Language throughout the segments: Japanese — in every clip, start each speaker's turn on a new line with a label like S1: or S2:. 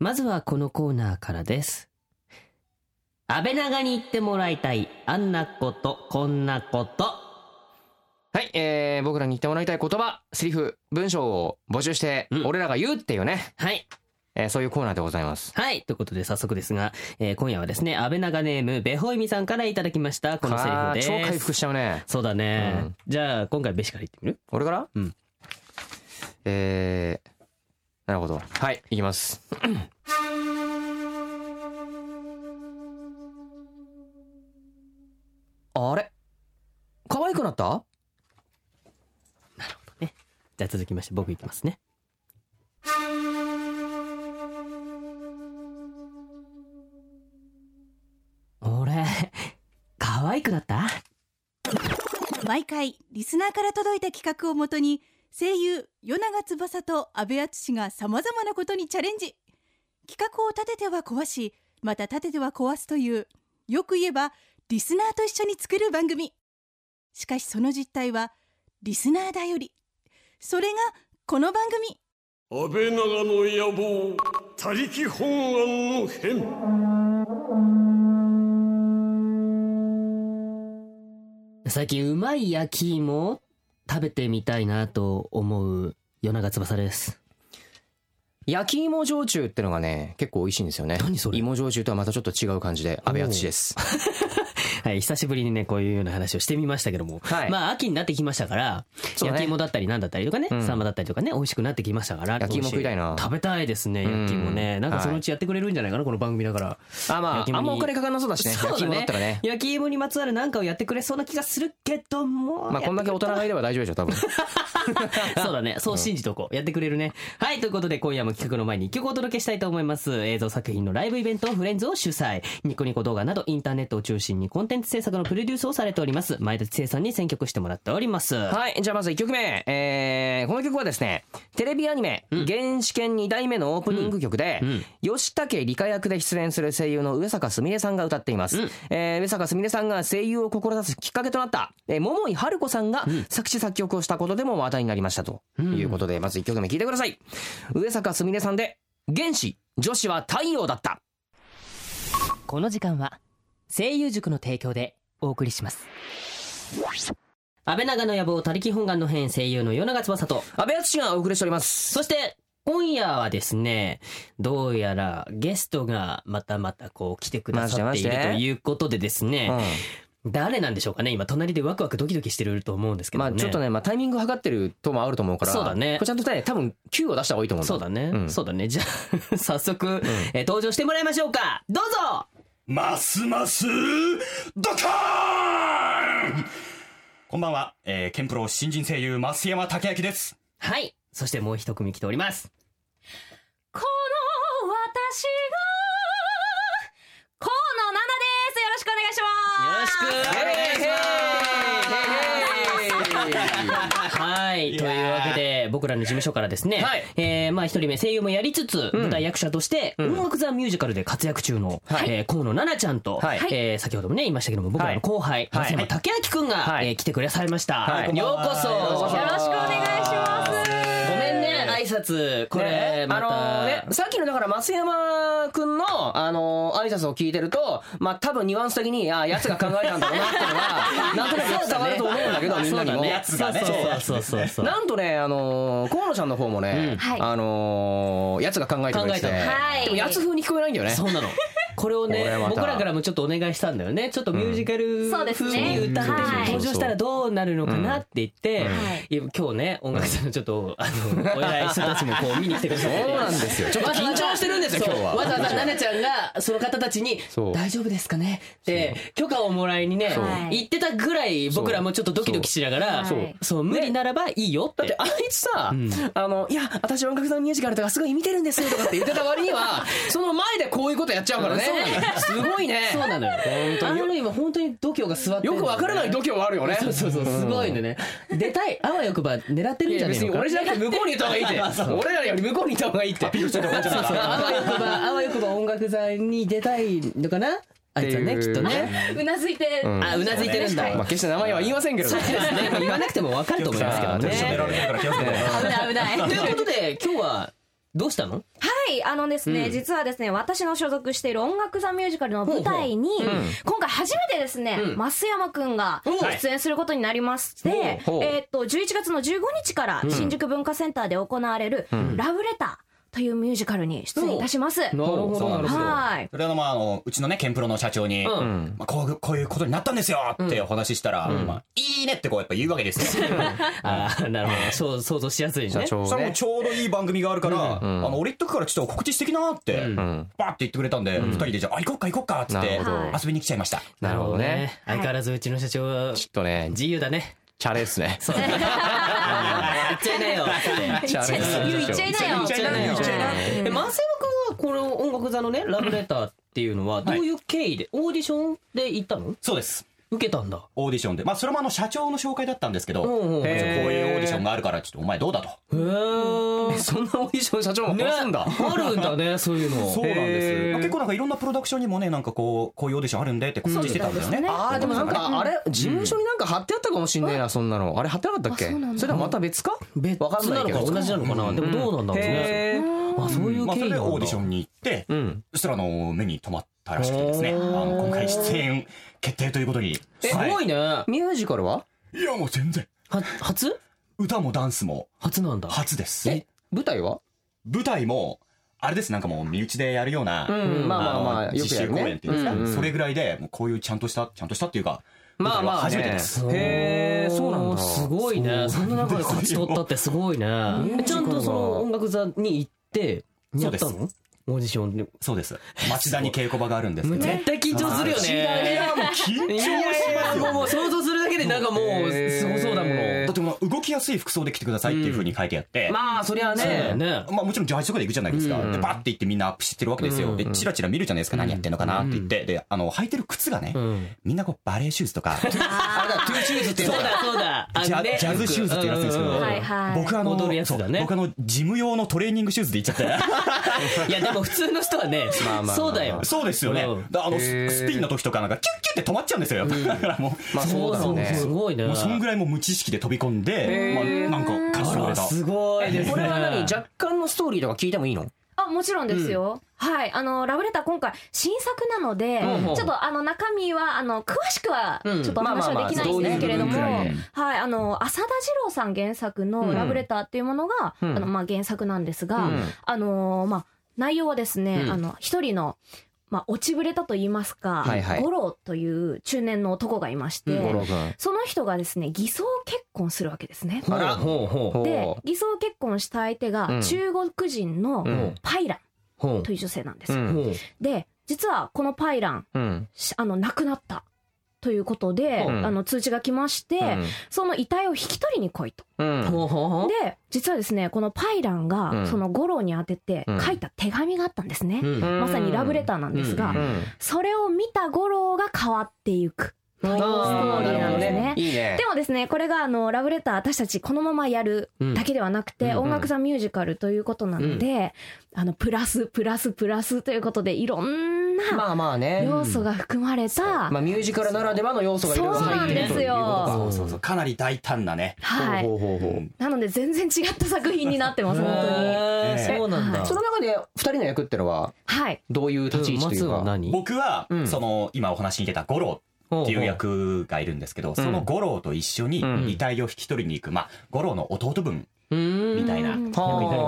S1: まずはこのコーナーからです。安倍長に言ってもらいたい、あんなこと、こんなこと。
S2: はい、えー、僕らに言ってもらいたい言葉、セリフ、文章を募集して、
S1: うん
S2: 俺らが言うっていうね、
S1: はい。
S2: えーそういうコーナーでございます。
S1: はい。ということで、早速ですが、えー今夜はですね、安倍長ネーム、ベホイミさんからいただきました、このセリフ
S2: あー
S1: です。
S2: 超回復しちゃうね。
S1: そうだね。
S2: うん
S1: じゃあ、今回、ベシから言ってみる
S2: 俺から
S1: うん。
S2: えー、なるほど。はい、いきます。あれ可愛くなった
S1: じゃあ、続きまして、僕いきます ね。俺、可愛くなった
S3: 毎回リスナーから届いた企画をもとに声優与永翼と阿部淳がさまざまなことにチャレンジ企画を立てては壊しまた立てては壊すというよく言えばリスナーと一緒に作る番組しかしその実態はリスナーだよりそれがこの番組
S4: 安倍長の野望他力本願の変
S1: 最近うまい焼き芋を食べてみたいなと思う夜長翼です。
S2: 焼き芋焼酎ってのがね、結構美味しいんですよね。
S1: 何それ
S2: 芋焼酎とはまたちょっと違う感じで、安倍淳です。
S1: はい、久しぶりにね、こういうような話をしてみましたけども。
S2: はい
S1: まあ、秋になってきましたから、
S2: そうね
S1: 焼き芋だったりなんだったりとかね、
S2: うん
S1: サンマだったりとかね、美味しくなってきましたから。
S2: 焼き芋食いたいな
S1: 食べたいですね、焼き芋ね。
S2: うん
S1: なんかそのうちやってくれるんじゃないかな、この番組だから。
S2: あ、ま
S1: 焼き芋
S2: あ、あん
S1: に
S2: まお金かかんなそうだしね。
S1: そうだね
S2: 焼き芋だったらね。
S1: 焼き芋にまつわるなんかをやってくれそうな気がするけども。
S2: まあ、こんだけ大人がいれば大丈夫でしょ、多分。
S1: そうだね。そう信じとこう。やってくれるね。はい。ということで、今夜も企画の前に一曲お届けしたいと思います。映像作品のライブイベント、フレンズを主催。ニコニコ動画など、インターネットを中心にコンテンツ制作のプロデュースをされております。前田千恵さんに選曲してもらっております。は
S2: はい、じゃあまず1曲目。えー、この曲はですね、テレビアニメ、原始圏2代目のオープニング曲で、
S1: うん
S2: 吉武理香役で出演する声優の上坂すみれさんが歌っています。
S1: うん
S2: えー上坂すみれさんが声優を志すきっかけとなった、えー桃井春子さんが作詞作曲をしたことでも話題になりましたということで、まず1曲目聴いてください。上坂すみれさんで、原始、女子は太陽だった。
S1: この時間は、声優塾の提供でお送りします。安倍長の野望、他力本願の編、声優の与永翼と、
S2: 安倍淳がお送りしております。
S1: そして、今夜はですね、どうやらゲストがまたまたこう来てくださっている
S2: ま
S1: と
S2: してまして
S1: いうことでですね、誰なんでしょうかね今隣でワクワクドキドキしてると思うんですけど
S2: ま
S1: ね。
S2: あちょっとね、まあ、タイミング測ってるともあると思うから、
S1: そうだね
S2: これちゃんとね、多分 Q を出した方がいいと思うんだ。
S1: そうだね、
S2: うん
S1: そうだね。じゃあ、 早速、えー登場してもらいましょうかどうぞ
S5: ますますドカーンこんばんは、えー、ケンプロ新人声優増山武明です。
S1: はいそしてもう一組来ております。
S6: この私が、河野奈々です。よろしくお願いし
S1: よ
S6: ま
S1: ろしく
S6: す。
S1: お願いしますはい。というわけで、僕らの事務所からですね、
S2: はい
S1: えーまあ一人目声優もやりつつ、
S2: ん
S1: 舞台役者として、
S2: ん
S1: 音楽座ミュージカルで活躍中の、
S2: はい
S1: えー河野奈々ちゃんと、
S2: はい
S1: えー先ほどもね、言いましたけども、僕らの後輩、
S2: はい
S1: 松山武明くんが、
S2: はい
S1: えー来てくださいました。
S2: はい
S1: ようこそ。
S2: ようこそ
S6: よろしくお願いします。
S1: ごめんね、挨拶。 これ、
S2: ね
S1: また、
S2: あのね、さっきのだから増山くんの、あの挨拶を聞いてると、まあ、多分ニュアンス的に、あ、やつが考えたんだろうなっていうのは、なんとなく伝わると思うん だけど、みんなにも。
S1: そうだね。そうそうそうそうそう。
S2: なんとね、あの河野ちゃんの方もね、
S6: はい
S2: あのやつが考えてくれてて
S1: 考えたの
S6: はい
S2: でもやつ風に聞こえないんだよね。
S1: そうな の。これを
S2: これ
S1: ね
S2: ま、た
S1: 僕らからもちょっとお願いしたんだよね。ちょっとミュージカル
S6: そうですね
S1: 風に歌って
S6: はい
S1: 登場したらどうなるのかなって言って
S6: はい、
S1: いや今日ね、音楽さんのちょっと、あの、お偉い人たちもこう見に来てくださって。
S2: そうなんですよちょっと緊張してるんですよ
S1: そう
S2: 今日は
S1: わざわざ奈々ちゃんが、その方たちに
S2: そ、う
S1: 大丈夫ですかねって、許可をもらいにね
S6: そう、
S1: 言ってたぐらい僕らもちょっとドキドキしながら、
S6: そ
S1: そううそう、無理ならばいいよっ
S2: だって
S1: て。
S2: あいつさ、
S1: ん
S2: あの、いや、私音楽のミュージカルとかすごい見てるんですよとかって言ってた割には、その前でこういうことやっちゃうからね
S1: そうな。
S2: すごいね。
S1: そうなのよ。あの今本当に度胸が座って
S2: よ
S1: る
S2: くわからない度胸はあるよね。
S1: そうそうそう、すごいねね。出たい、あわよくば狙ってるん
S2: い
S1: じ
S2: や
S1: ゃね
S2: 別
S1: え
S2: に
S1: のか。
S2: 俺じゃなくて向こうにいた方がいいって。俺らより向こうにいた方がいいって。
S1: そうそうあわよくば、あわよくば音楽祭に出たいのかなあいつは
S2: っ
S1: ね、
S2: て
S1: き
S2: いう
S1: っとね。
S6: うなずいて、
S1: あ、うなずいてるんだ。
S2: まあ決して名前は言いませんけれども。
S1: ね言わなくてもわかると思いますけど
S2: 気をつけ
S1: ね。
S5: られてるから気をつけて
S6: 危ない危ない。
S1: ということで、今日は、どうしたの
S6: はい、あのですね、
S1: うん
S6: 実はですね、私の所属している音楽座ミュージカルの舞台に、
S1: ほうほううん
S6: 今回初めてですね、
S1: うん
S6: 増山くんが
S1: はい
S6: 出演することになりまして、
S2: ほうほう
S6: えーっと、11月の15日から新宿文化センターで行われる、ラブレターというミュージカルに出演いたします。
S1: なるほど
S5: そうなんですよ
S6: はい。
S5: それはまああのうちのねケンプロの社長に、
S1: うん
S2: うん
S5: まあ、こういうこういうことになったんですよってお話ししたら、まあ、いいねってこうやっぱ言うわけですよ。
S1: ああなるほどそう想像しやすいね
S2: 社長
S5: そしたらもう
S2: ね
S5: ちょうどいい番組があるから、
S2: ん
S5: あの俺行っとくからちょっと告知してきなって、
S1: うん
S2: うん
S5: バーって言ってくれたんで、二人でじゃああ行こっか行こっかっつっ
S2: な
S5: て
S2: るほ
S6: ど
S5: 遊びに来ちゃいました。
S2: なるほどね
S1: 相変わらずうちの社長は
S2: ちょっとね
S1: 自由だね
S2: チャレですね
S1: そうだね言っちゃいなよ
S2: チャレ
S6: 言っちゃいなよ。
S1: 言っちゃいなよ
S6: 言っちゃいなよ
S1: え、マセオ君はこの音楽座のね、ラブレターっていうのは、どういう経緯で、オーディションで行ったの
S5: そうです。
S1: 受けたんだ。
S5: オーディションで、まあそれもあの社長の紹介だったんですけど、
S1: うんうん
S5: こういうオーディションがあるからちょっとお前どうだと。
S1: へー。
S2: そんなオーディション社長も
S1: ね、
S2: 殺すんだ、
S1: あるんだね、そういうの。
S5: そうなんです
S2: へー
S5: よ。まあ結構なんかいろんなプロダクションにもねなんかこうこういうオーディションあるんでって告知してたんだよね。
S2: あーでもなんかあれ事務所になんか貼ってあったかもしんねえなそんなのあれ貼ってなかったっけ
S6: あ
S2: そ
S6: そうなんだ
S2: れともまた別か
S1: 別
S2: わかんな
S1: ないの
S2: けど
S1: か同じなのかな。でもどうなんだろうね。
S2: へー
S1: あ、そういう
S5: まあそ
S1: 経緯
S5: れで
S1: なんだ。
S5: オーディションに行って、
S2: うん
S5: そしたらあの目に留まったらしくてですね、あの今回出演決定ということに。
S1: すごいね。は、
S2: ミュージカルはい
S5: やもう全然
S1: 初
S5: 歌もダンスも
S1: 初なんだ。
S5: 初です。
S2: え舞台は
S5: 舞台もあれですなんかもう身内でやるような、
S2: うんまあまあまあ
S5: の
S2: よく
S5: 実
S2: やる
S5: 習公
S2: ね
S5: 演っていうんですか、
S2: うんうん
S5: それぐらいでもうこういうちゃんとしたちゃんとしたってい うか
S2: まあまあ
S5: 舞台は初めてです。
S1: そう
S2: へーそうなんだ
S1: すごいね。そんな中で勝ち取ったってすごいね。えちゃんとその音楽座に行って、やった
S5: そう
S1: のオーディションで。
S5: そうです。町田に稽古場があるんですけど。
S1: 絶対緊張するよ
S5: い
S1: ね。
S5: やもう緊張
S1: い
S5: し
S1: や
S5: ま
S1: いや
S5: すよ。
S1: もう想像するだけでなんかもうすごそうだも
S2: へ
S1: ん
S5: だってもう動きやすい服装で来てくださいっていう風に書いてあって、ま
S1: まあそりゃねね
S5: あもちろんジャージとかで行くじゃないですか。でバッて行ってみんなアップしてるわけですよ。でチラチラ見るじゃないですか。何やってんのかなって言って、であの履いてる靴がね、
S1: ん
S5: みんなこうバレーシューズとか、
S2: あれだトゥーシューズって
S1: そうだそうだあ
S5: ジ
S1: のね
S5: ャジャズシューズっていうやつですけど、
S1: うんうんうん
S6: はいはい
S5: 僕あの
S1: 踊るやつだね
S5: そう僕あのジム用のトレーニングシューズで行っち ゃって。
S1: い やでも普通の人はね
S2: あまあ
S1: そうだよ
S5: そうですよね
S1: うん。
S5: だあの
S2: へー
S5: ススピンの時とかなんかキュッキュって止まっちゃうんですよ。 だからもう。
S2: まあそうだろうね
S1: すごいね
S5: もうそんぐらいもう無知識で飛び込んで、まあ、なんか勝ち
S1: あ
S5: 取
S1: ら
S5: れた。
S1: すごいですね
S2: これは何若干のストーリーとか聞いてもいいの
S6: あもちろんですよ、はいあのラブレター今回新作なので、
S1: うん
S6: ちょっとあの中身はあの詳しくはち
S1: うん
S6: ょっとお話
S2: まあまあま
S6: は
S2: あ
S6: できないんですけれども、
S2: どういう
S5: 部分く
S6: はいあの浅田二郎さん原作の「ラブレター」っていうものが、
S2: ん
S6: あのまあ、原作なんですが、
S2: うん
S6: あのまあ内容はですね、
S1: うん
S6: あの一人のまあ、落ちぶれたと言いますか、
S2: はいはい
S6: 五郎という中年の男がいまして、
S2: 五郎君
S6: その人がですね偽装結婚するわけですね。
S1: あらほうほうほう
S6: で偽装結婚した相手
S2: う
S6: が
S2: ん
S6: 中国人の
S2: ん
S6: パイラン
S1: ほう
S6: という女性なんです
S2: う
S6: よ。
S2: ん
S1: ほう
S6: で実はこのパイラン
S2: うん
S6: しあの亡くなったということで、
S2: うん
S6: あの通知が来まして、その遺体を引き取りに来いと。
S2: うん
S1: ほうほうほう
S6: で実はですねこのパイラン
S2: う
S6: が
S2: ん
S6: その五郎に宛てて
S2: うん
S6: 書いた手紙があったんですね。
S1: うん
S2: うん
S6: まさにラブレターなんですが、
S1: うん
S2: うん
S6: それを見た五郎が変わっていくというストーリーなんですね。
S2: いいね
S6: でもですねこれがあのラブレター私たちこのままやるだけではなく
S2: うん
S6: て、
S2: うんうん
S6: 音楽座ミュージカルということなので、あのプラスプラスプラスということでいろんな
S2: まあまあね
S6: 要素が含まれた、
S2: まあミュージカルならではの要素がいろいろ入ってるということか
S5: そうそうそう。かなり大胆なね。
S6: はい、
S2: ほうほうほうほう
S6: なので全然違った作品になってます本当に。
S1: へー
S5: ええ
S1: そうなんだ
S2: その中で二人の役ってのは
S6: はい
S2: どういう立ち位置という
S1: 松は
S2: か
S1: 何
S5: 僕は、
S2: ん
S5: その、今お話に出た五郎っていう役がいるんですけど、その五郎と一緒に
S2: ん
S5: 遺体を引き取りに行く、まあ、五郎の弟分み
S1: み
S5: たいな役になりま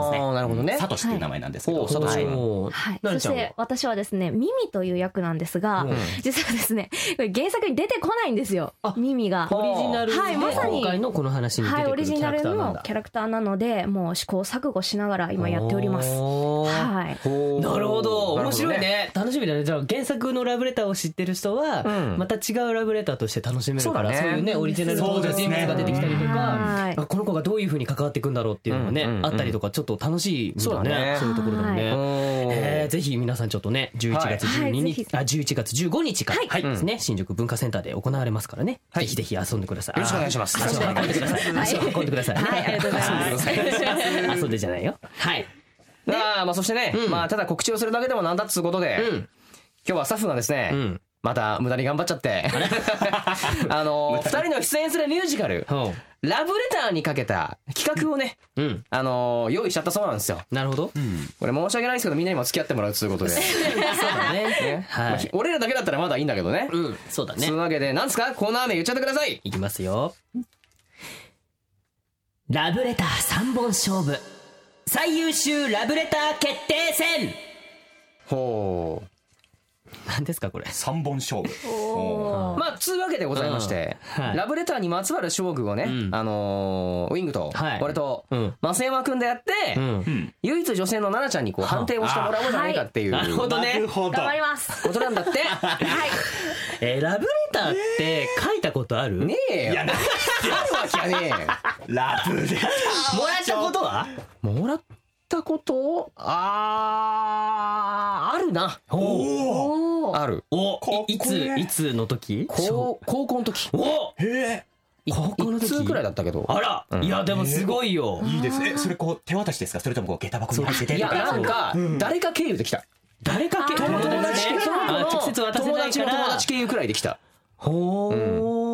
S5: すね。
S2: はあなるほどね
S5: サトシっていう名前なんですけ
S2: は
S5: ど、
S2: いほうサトシ
S5: はい
S6: はい、
S1: な
S6: そ
S1: に
S6: し
S1: ちゃんは
S6: て私はですねミミという役なんですが、
S1: うん
S6: 実はですねこれ原作に出てこないんですよ
S1: あ
S6: ミミが。
S1: オリジナルで
S6: はいまさに
S1: 今回のこの話に出て
S6: はいオ
S1: く
S6: リ
S1: るキ
S6: ジ
S1: ャ
S6: ナ
S1: ラ
S6: ル
S1: クターなん
S6: の
S1: だ
S6: キャラクターなのでもう試行錯誤しながら今やっております。
S1: おー
S6: はい
S2: ほう
S1: なるほど面白い
S2: なる
S1: ね楽しみだねじゃあ原作のラブレターを知ってる人は
S2: うん
S1: また違うラブレターとして楽しめるから
S2: そう
S1: そ
S2: だね
S1: ういうねオリジナルの登場人物が出てきたりと
S6: は
S1: か
S6: い
S1: あこの子がどういうふうに関わっていくんだろうっていうのがね
S2: うんうんうん
S1: あったりとかちょっと楽しいみ
S2: そう
S1: た
S2: だ
S1: い
S2: ね
S1: ねそういうところだもん
S2: ほど
S1: ね。えー
S2: ね
S1: ぜひ皆さんちょっとね11月
S6: は
S1: 12
S6: いはい
S1: 日
S6: ぜひ
S1: あ11月15日から
S5: はい
S1: ですね新宿文化センターで行われますからねぜひぜひ遊んでください
S2: よろしくお願いします
S1: 足を運んでください 足を運んでください
S6: はい、ありがとうございます。
S1: 遊んでじゃないよはい
S2: まあまあそしてねまあただ告知をするだけでもなんだっつうことで今日はスタッフがですね
S1: ん
S2: また無駄に頑張っちゃって。 あの、二人の出演するミュージカル、
S1: ほ
S2: ラブレターにかけた企画をね、
S1: ううん
S2: あの用意しちゃったそうなんですよ。
S1: なるほど
S2: これ申し訳ないですけど、みんなにも付き合ってもらうということで。
S1: そうだね
S2: ねま
S1: は
S2: あ
S1: い
S2: 俺らだけだったらまだいいんだけどね。
S1: うんそうだ
S2: そ
S1: ね
S2: ういうわけで、なんですかコーナー名言っちゃってください。
S1: いきますよラブレター3本勝負最優秀ラブレター決定戦
S2: ほ
S1: 何ですかこれ
S5: 三本勝負。
S2: う。まあ、つうわけでございまして、
S1: うんはい
S2: ラブレターにまつわる勝負をね、
S1: うん
S2: あのーウィングと
S1: はい、
S2: 俺と、
S1: うん
S2: 増山くんでやって、
S1: うん
S5: うん。
S2: 唯一女性の奈々ちゃんにこう判定をしてもらおうじゃないかっていう
S1: なるほど
S5: な
S1: ね
S5: るほど。
S6: 頑張ります。
S2: ことな んだって。
S1: えーラブレターって書いたことある
S2: ねえよ。
S5: いや、な
S2: あるわけはねえよ。
S5: ラブ レター。
S1: もらったことは
S2: もらったことあーあるな。
S5: おお。
S2: ある。
S1: おいい
S5: かっこ
S1: つ
S5: いい
S1: いつの時
S2: 高高校の時。
S1: お
S5: へえ。
S1: 高校の時
S2: 一通くらいだったけど。
S1: あら、いやでもすごいよ、
S5: いいです。え、それこう手渡しですか。それともこう下駄箱に入れて
S2: い
S5: と
S2: や
S5: か。
S2: なんか誰か経由できた。
S1: 誰かけ友
S2: 友達
S1: ね
S2: その子の
S1: あ直接渡せ
S2: 友
S1: ない
S2: 達
S1: か
S2: の
S1: ら
S2: 友達経由くらいできた。
S1: ほ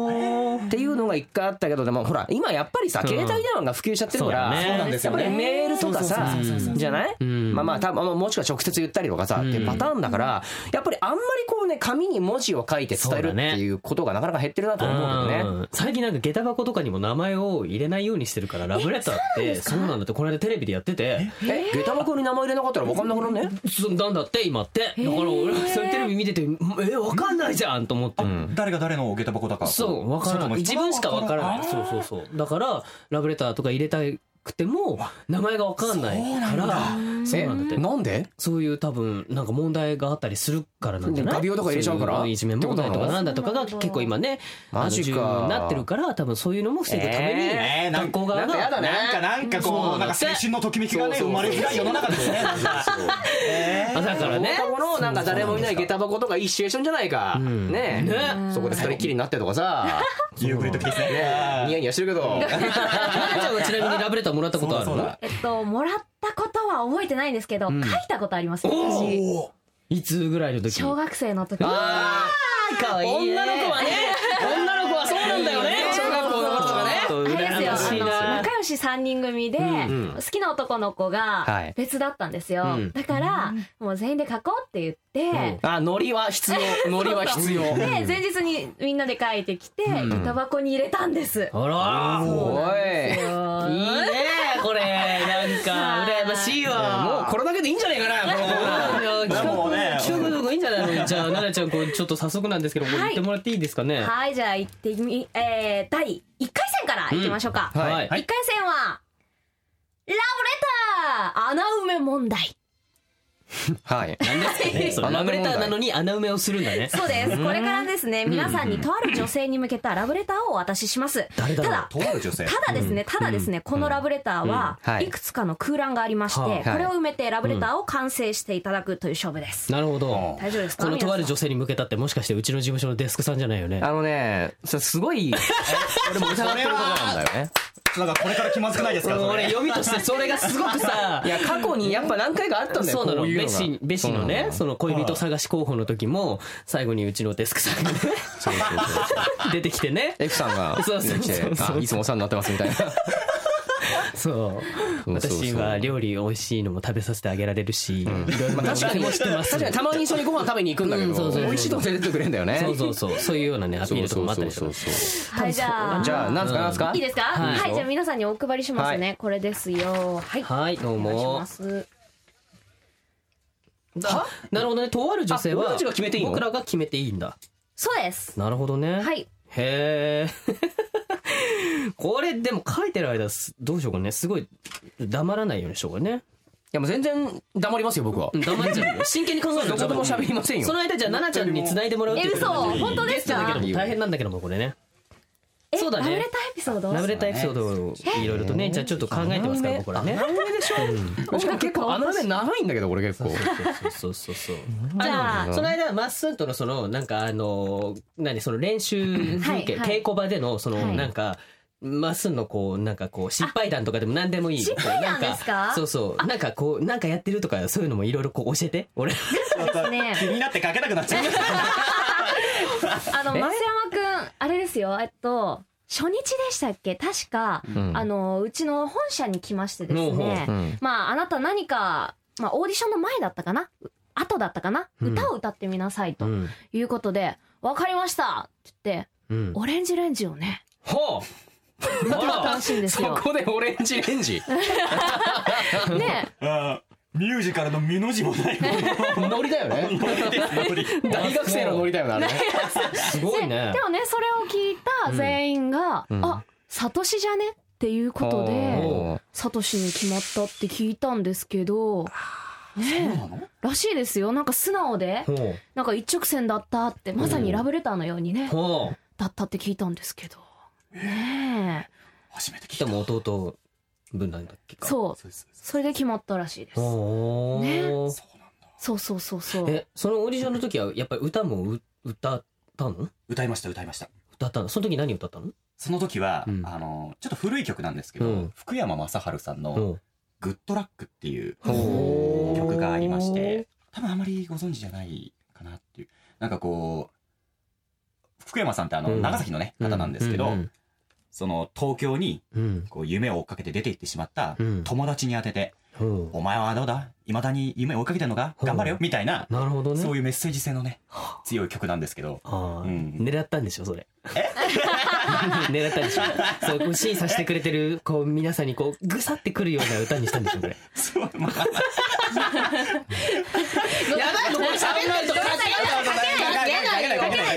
S1: ー
S2: っていうのが一回あったけどでもほら今やっぱりさ
S1: うん
S2: 携帯電話が普及しちゃってるか
S1: そう
S2: ら
S1: だねそうなん
S5: です
S2: やっ
S5: よ
S2: ぱり
S5: ね
S2: メールとかさ
S5: そうそうそうそう
S2: じゃない
S1: ん
S2: まあまあ多分もしくは直接言ったりとかさっていうパターンだからやっぱりあんまりこうね紙に文字を書いて伝えるっていうことがなかなか減ってるなと思うけどね
S1: うん最近なんか下駄箱とかにも名前を入れないようにしてるからラブレターってそうなんだってこの間テレビでやってて
S2: え下駄箱に名前入れなかったら分かんなくなるね
S1: そうなんだって今ってだから俺それテレビ見ててえわかんないじゃんと思って
S5: 誰が誰の下駄箱だか。
S1: そう、わからない。自分しかわからない。そうそうそう。だから、ラブレターとか入れたくても、名前がわかんないから、そう
S2: え
S1: なんだって。
S2: なんで
S1: そういう多分、なんか問題があったりするからなんじゃない
S2: 画鋲とか入れちゃうから
S1: そいじめ問題とかなんだとかが結構今ね、
S2: マジか
S1: あの重要になってるから、多分そういうのも防ぐために、
S5: えーなん
S1: 学校側
S2: なんかや
S1: が
S2: だ、ね
S5: なんかなんか
S1: そう
S5: こ
S1: な
S5: うんな
S1: だ
S5: んか
S1: って
S5: 青春のときめきがね
S2: そうそう
S5: 生まれづらい世の中で すね。え
S1: あだからね
S2: 放。課後のなんか誰もいない下駄箱とかいいシチュエーションじゃないか
S1: ん
S2: ねえそこで二人っきりになってとかさ
S5: ー夕暮れ時ですね。
S2: ニヤニヤしてるけど
S1: ななちゃんはちなみにラブレターもらったことある
S5: そうだそうだ
S6: えっと、もらったことは覚えてないんですけど、書いたことあります、私。
S5: おー
S1: いつぐらいの時
S6: 小学生の時。
S2: あーかわいいね
S1: 女の子はね、女の子はそうなんだよね。
S2: 小学校の頃とかね
S1: ちょっと
S6: あれ
S1: 羨ま
S6: です
S1: しい
S6: よ、あの、
S1: な。
S6: 仲良し3人組で、好きな男の子
S2: はい
S6: が別だったんですよ。
S1: うん
S6: だから、もう全員で書こうって言って、
S2: あノリは必要ノリは必要
S6: で、前日にみんなで書いてきて、下駄箱に入れたんです。
S1: あらー
S2: おい
S1: いいねこれなんか羨ましいわ
S2: もうこれだけでいいんじゃないかなこのコーナー
S1: れ企
S5: もうね
S1: 画企画の方がいいんじゃないのじゃあ奈々ちゃんこうちょっと早速なんですけどこれ言ってもらっていいですかね
S6: はい、じゃあ行ってみ、えー、第1回戦から行きましょうか。
S1: はい、
S6: 1回戦は、ラブレター穴埋め問題。
S2: はい
S1: なんですかねそれラ
S2: 穴埋
S1: ブ
S2: め
S1: レ
S2: 問
S1: タ
S2: 題
S1: ーなのに穴埋めをするんだね
S6: そうです。これからですね、皆さんにとある女性に向けたラブレターをお渡しします。
S1: 誰だろう
S6: ただ、
S5: とある女性。
S6: ただですね、ただですね、このラブレターは
S2: うんは、い
S6: いくつかの空欄がありまして、
S1: はい
S6: これを埋めてラブレターを完成していただくという勝負です。
S1: なるほど
S6: 大丈夫ですか
S1: このとある
S6: 皆さ
S1: 女性に向けたってもしかしてうちの事務所のデスクさんじゃないよね
S2: あのねそれすごい俺も疑ってることなんだよね
S5: なんかこれから気まずくないですか。それ
S1: 俺読みとしてそれがすご くさ
S2: いや過去にやっぱ何回かあったんだよ
S1: そうな
S2: こ
S1: の
S2: ういう
S1: ベ
S2: のが
S1: シベシのねその恋人探し候補の時も最後にうちのデスクさんがね
S2: そうそうそ う
S1: 出てきてね
S2: F さん が
S1: そうそうそう
S2: 来て
S1: そう
S2: あいつもお世話になってますみ たいな
S1: そう
S2: そうそう
S1: 私は料理美味しいのも食べさせてあげられるし、いろいろな
S2: 確かに
S1: も知ってます
S2: 確かにたまに一緒にご飯食べに行くんだけ
S1: うんそう
S2: ど
S1: そうそう
S2: 美味しいとこ連れてってくれんだよね
S1: そうそうそうそういうようなねアピールとかもあったりと
S2: そう
S1: か
S2: そうそうそ
S6: んはい、じゃ
S2: う
S6: あ、
S2: じゃあなんすかなんすか
S6: いいですか
S1: はい
S6: はい、じゃあ皆さんにお配りします
S2: は
S6: ね。これですよ。はい。
S1: はいどうも
S6: お願いします。
S1: あなるほどねとある女性は
S2: あ俺たちが決めていいの
S1: 僕らが決めていいんだ
S6: そうです。
S1: なるほどね、
S6: はい。
S1: へえこれでも書いてる間すどうしようかねすごい黙らないようにしようかね
S2: いやもう全然黙りますよ僕は
S1: うん黙っちゃ うよ真剣に考える
S2: どことも喋りませんよ
S1: その間じゃあ奈々ちゃんに繋いでもらうって
S6: え、
S1: いうこ
S6: 嘘
S1: となんで
S6: 本当です
S1: だ
S6: か
S1: けども大変なんだけどもこれね
S6: え
S1: そうだね
S6: ラブレターエピソード
S1: ラブレターエピソードをいろいろとねじゃあちょっと考えてますから僕らね
S2: 穴埋めでしょしかも結構穴埋め長いんだけど俺結構
S1: そうそうそう。
S6: じゃあ
S1: のその間まっすんとのそのなんかあの何その練習風景、
S6: はいはい
S1: 稽古場でのその、
S6: はい
S1: なんか。まっすんのこうなんかこう失敗談とかでも何でもいい
S6: 失敗談ですか
S1: なんそうそうなんかこうなんかやってるとかそういうのもいろいろこう教えて俺
S6: ですね。
S5: 気になって書けなくなっちゃう。
S6: あの、増山くん、あれですよ、えっと、初日でしたっけ確か、
S2: ん
S6: あの、うちの本社に来ましてです
S1: ほうほ
S6: ね、
S2: うん
S6: まあ、あなた何か、まあ、オーディションの前だったかな後だったかな、
S1: うん
S6: 歌を歌ってみなさいと
S1: ん
S6: いうことで、わ、かりましたって言って、
S1: うん
S6: オレンジレンジをね、
S2: ほう
S6: 歌ってほしいんです
S2: そ
S6: よ。
S2: こでオレンジレン ジ
S6: ね
S5: あーミュージカルの身の字もないも
S2: ノリだよね
S5: のですより
S2: 大学生のノリだよ なあれ
S1: すごいね
S6: でもね、それを聞いた全員が、
S2: ん
S6: あ、サトシじゃねっていうことで、
S2: おー
S6: サトシに決まったって聞いたんですけど、ねえ、らしいですよ。なんか素直で、
S1: ほ
S6: なんか一直線だったって、まさにラブレターのようにね
S1: う、ほう
S6: だったって聞いたんですけど。ねえ。
S5: 初めて聞い
S1: で
S5: た
S1: も弟分なんだっけかう
S6: そう。
S5: そうです
S6: それで決まったらしいです。
S1: ほう
S6: ね
S5: そうなんだ
S6: そうそうそうそう。
S1: えそのオーディションの時はやっぱり歌もう歌ったの
S5: 歌いました歌いました
S1: 歌ったのその時何歌ったの
S5: その時は、
S1: うん
S5: あのちょっと古い曲なんですけど、
S1: うん
S5: 福山雅治さんの
S1: ほ
S5: 「グッドラック」っていう
S1: ほう
S5: 曲がありまして多分あまりご存知じゃないかなっていうなんかこう福山さんってあの、
S1: うん
S5: 長崎のね
S1: う
S5: 方なんですけど、
S1: うん
S5: その東京に
S1: うん
S5: こう夢を追っかけて出て行ってしまった
S1: うん
S5: 友達に当てて
S1: ほ
S5: 「
S1: う
S5: お前はどうだ未だに夢を追いかけてるのか
S1: ほう
S5: 頑張れよ」みたいな
S1: なるほどね
S5: そういうメッセージ性のね強い曲なんですけど
S1: ああ、
S5: うん
S1: 狙ったんでしょそれ。 狙ったんでしょ。そうこう審査してくれてるこう皆さんにこうぐさってくるような歌にしたんでしょこれ。
S5: そうまあ
S1: やばいもう喋んないと。
S6: あ私私が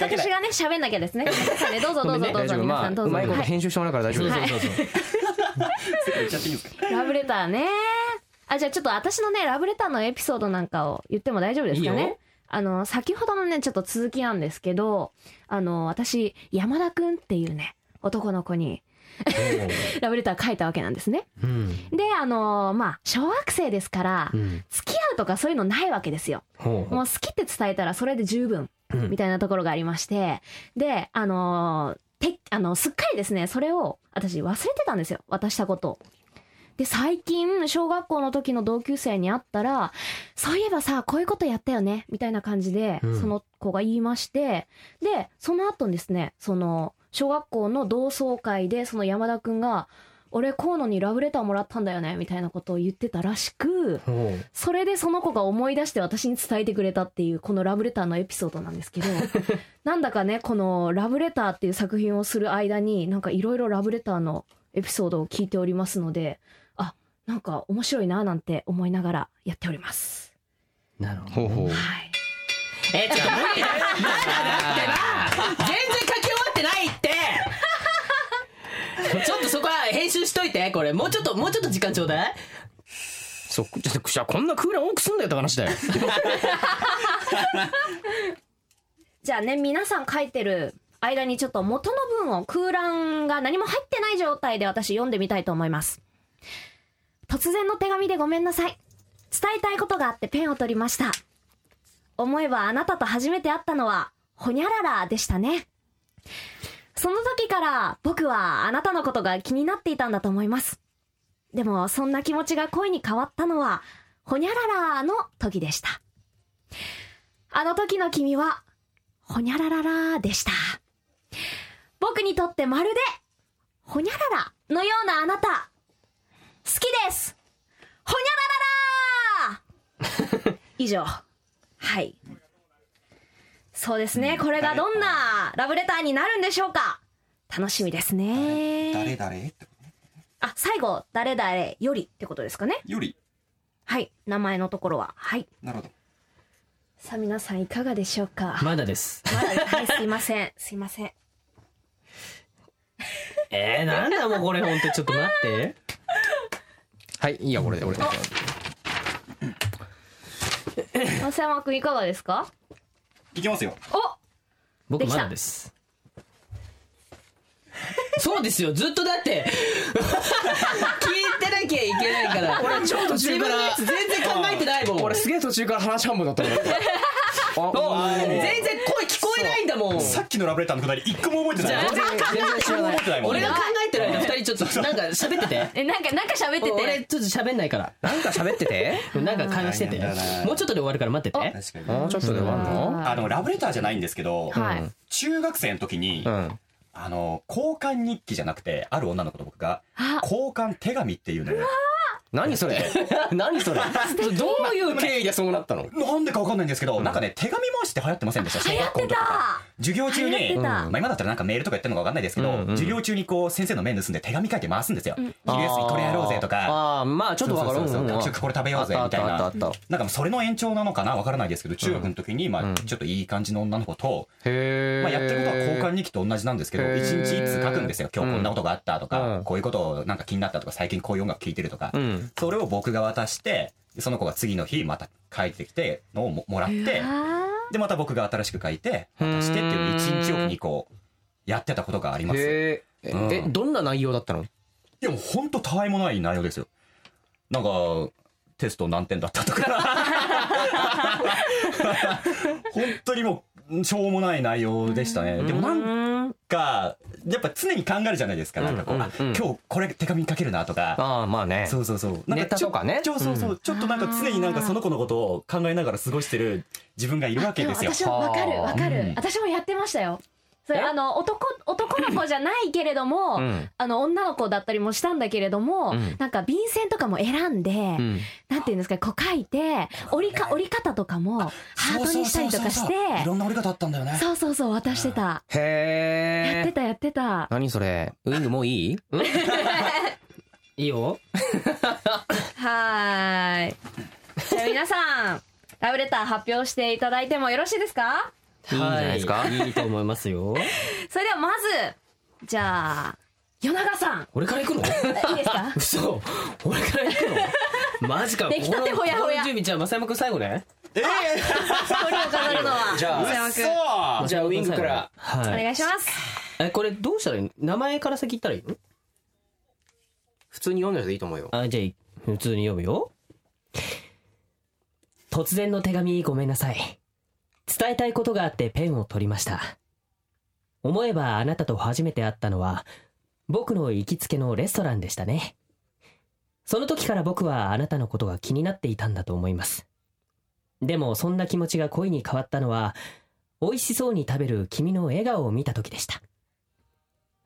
S6: 私がね喋んなきゃですね。ごめんなさいねどうぞどうぞどう
S2: 大
S6: ぞ
S2: 丈夫
S6: 皆
S2: ま
S6: さ
S2: あ
S6: んどう
S2: う
S6: ぞ。
S2: まいこと
S6: はい
S2: 編集してもらうから 大丈
S1: そう
S2: 夫
S1: そうそうそう。
S5: 言っちゃっていいんですか
S6: ラブレターね。あじゃあちょっと私のねラブレターのエピソードなんかを言っても大丈夫ですか
S1: いい
S6: ね
S1: よ。
S6: あの先ほどのねちょっと続きなんですけど、あの私山田くんっていうね男の子にラブレター書いたわけなんですね。
S1: うん
S6: であのまあ小学生ですから
S1: うん。
S6: 付き合うとかそういうのないわけですよ。
S1: ほ
S6: もう好きって伝えたらそれで十分
S1: うん
S6: みたいなところがありまして、であのーてあのすっかりですねそれを私忘れてたんですよ渡したことをで最近小学校の時の同級生に会ったら「そういえばさこういうことやったよね」みたいな感じで、
S1: うん
S6: その子が言いましてでその後にですねその小学校の同窓会でその山田くんが「俺河野にラブレターもらったんだよね」みたいなことを言ってたらしく。
S1: う。ほ
S6: それでその子が思い出して私に伝えてくれたっていうこのラブレターのエピソードなんですけ どなんだかねこの「ラブレター」っていう作品をする間になんかいろいろラブレターのエピソードを聞いておりますのであなんか面白いななんて思いながらやっております。
S1: う。なるほど。
S2: ほうほう
S6: はい、
S1: えちょっと無理だよ。まだだってな。全然書き終わって ないって。ちょっとそこは編集しといてこれもうちょっともうちょっと時間ちょうだい。
S2: そっじゃあじゃあこんな空欄多くすんだよって話だよ
S6: じゃあね皆さん書いてる間にちょっと元の文を空欄が何も入ってない状態で私読んでみたいと思います突然の手紙でごめんなさい伝えたいことがあってペンを取りました思えばあなたと初めて会ったのはほにゃららでしたねその時から僕はあなたのことが気になっていたんだと思いますでもそんな気持ちが恋に変わったのはほにゃららの時でしたあの時の君はほにゃらららでした。僕にとってまるで、ほにゃららのようなあなた、好きですほにゃららら 以上。はい。そうですね、これがどんなラブレターになるんでしょうか楽しみです
S5: 誰
S6: ね。
S5: 誰って
S6: あ、最後、誰々よりってことですかね
S5: より
S6: はい、名前のところは。はい。
S5: なるほど
S6: さあ皆さんいかがでしょうか
S1: まだです。
S6: まだ、はい、すいません。 すいません。
S1: えー、なんだもうこれ本当ちょっと待って。
S2: はいいいやこれで俺
S6: 松山くんいかがですか
S5: いきますよ
S6: お
S1: 僕
S6: でき
S1: ま
S6: た
S1: だです。そうですよ、ずっとだって、聞いてなきゃいけないから、俺
S2: 超途
S1: 自
S2: 中
S1: 分
S2: か
S1: の
S2: ら
S1: やつ全然考えてないもん。
S2: 俺すげえ途中から話半分だったんだお
S1: 全然声聞こえないんだもん
S5: さっきのラブレターのくだり一個も覚えて
S1: じ
S5: な
S1: ゃあ
S5: い
S1: 全然全然知らない
S5: 覚えてないもん
S1: 俺が考えてる間二人ちょっとなんか喋ってて
S6: え、なんか、なんか喋って
S1: 俺
S6: て。
S1: ちょっと喋んないから
S2: なんか喋ってて
S1: なんか会話してて
S5: なんだなんだ
S1: もうちょっとで終わるから待ってて
S5: 確かに
S2: もうちょっとで終わんの
S5: あのラブレターじゃないんですけど、
S6: はい。
S5: 中学生の時に、
S2: うん
S5: あの交換日記じゃなくてある女の子と僕が
S6: あ
S5: 交換手紙っていうのを
S2: 何 それ何それそ れどういう経緯でそうなったの
S5: なんでかわかんないんですけど、なんかね、手紙回しって流行ってませんでした、小
S6: 流行
S5: 学
S6: っ
S5: 校
S6: て
S5: とか。
S6: た
S5: 授業中
S6: 流行っ
S5: に、
S6: てた
S5: まあ今だったらなんかメールとかやってるのかわかんないですけど、
S2: うんうん
S5: 授業中にこう先生の面盗んで手紙書いて回すんですよ。昼
S2: あ
S5: 休み
S2: ー
S5: これやろうぜとか、
S2: あーまあちょっとわかる
S5: そうそうそう
S2: うんうん
S5: 学食これ食べようぜみたいな
S2: あったあったあった
S5: なんかもうそれの延長なのかなわからないですけど、中学の時に、まあちょっといい感じの女の子と、
S2: へえ
S5: まあやってることは交換日記と同じなんですけど、
S2: へ
S5: 一
S2: ー
S5: 日一通書くんですよ。今日こんなことがあったと
S2: う
S5: か
S2: ん、
S5: こういうことなんか気になったとか、最近こういう音楽聴いてるとか
S2: う、ん
S5: それを僕が渡して、その子が次の日また書いてきて、のをももらって、
S6: あ
S5: でまた僕が新しく書いて渡してっていう一日おきにこうやってたことがありますい
S2: へえ
S5: うん
S2: えどんな内容だったの
S5: やもうほんとたわいもない内容ですよなんかテスト何点だった とか本当にもうしょうもない内容でしたねでもなん
S6: ー。
S5: かやっぱ常に考えるじゃないですかなんかこう、
S2: うんうん
S5: あ
S2: うん
S5: 今日これ手紙に書けるなとか
S2: ああまあね
S5: そうそうそう。なん
S2: ネタ
S5: ちょ
S2: とかね
S5: ちょそうそう、ちょっとなんか常になんかその子のことを考えながら過ごしてる自分がいるわけ
S6: でも
S5: ですよ。
S6: 私もわかるわか
S5: う
S6: る
S5: ん。
S6: 私もやってましたよ。それ
S2: え
S6: あの男男の子じゃないけれども、
S2: うん
S6: あの女の子だったりもしたんだけれども、
S2: うん
S6: なんか便箋とかも選んで、
S2: うん
S6: なんていうんですかこう書いて折りか折り方とかもハートにしたりとかして
S5: そうそうそうそういろんな折り方あったんだよね。
S6: そうそうそう渡してた、やっ
S2: へ
S6: て
S2: え
S6: たやってた
S2: 何それウイングもういい
S1: いいよ
S6: はーいじゃあ皆さんラブレター発表していただいてもよろしいですか
S1: いいんじゃないですか
S2: はい
S1: いと思いますよ
S6: それではまずじゃあ与永さん
S1: 俺から行くの
S6: いいですか
S1: 嘘俺から行くのマジか
S6: 出来たてほや
S1: こ
S6: ほや
S1: の準備じゃあ正山くん最後ね
S6: これを飾るの は
S2: じゃあ
S6: 松山
S5: そ
S6: 君
S5: う
S1: あ
S2: じゃあウイングから
S6: お
S1: はい
S6: 願いします
S1: えこれどうしたらいいの名前から先言ったらいいの
S2: 普通に読んだ人でいいと思うよ
S1: あじゃあ普通に読むよ突然の手紙ごめんなさい伝えたいことがあってペンを取りました思えばあなたと初めて会ったのは僕の行きつけのレストランでしたねその時から僕はあなたのことが気になっていたんだと思いますでもそんな気持ちが恋に変わったのは美味しそうに食べる君の笑顔を見た時でした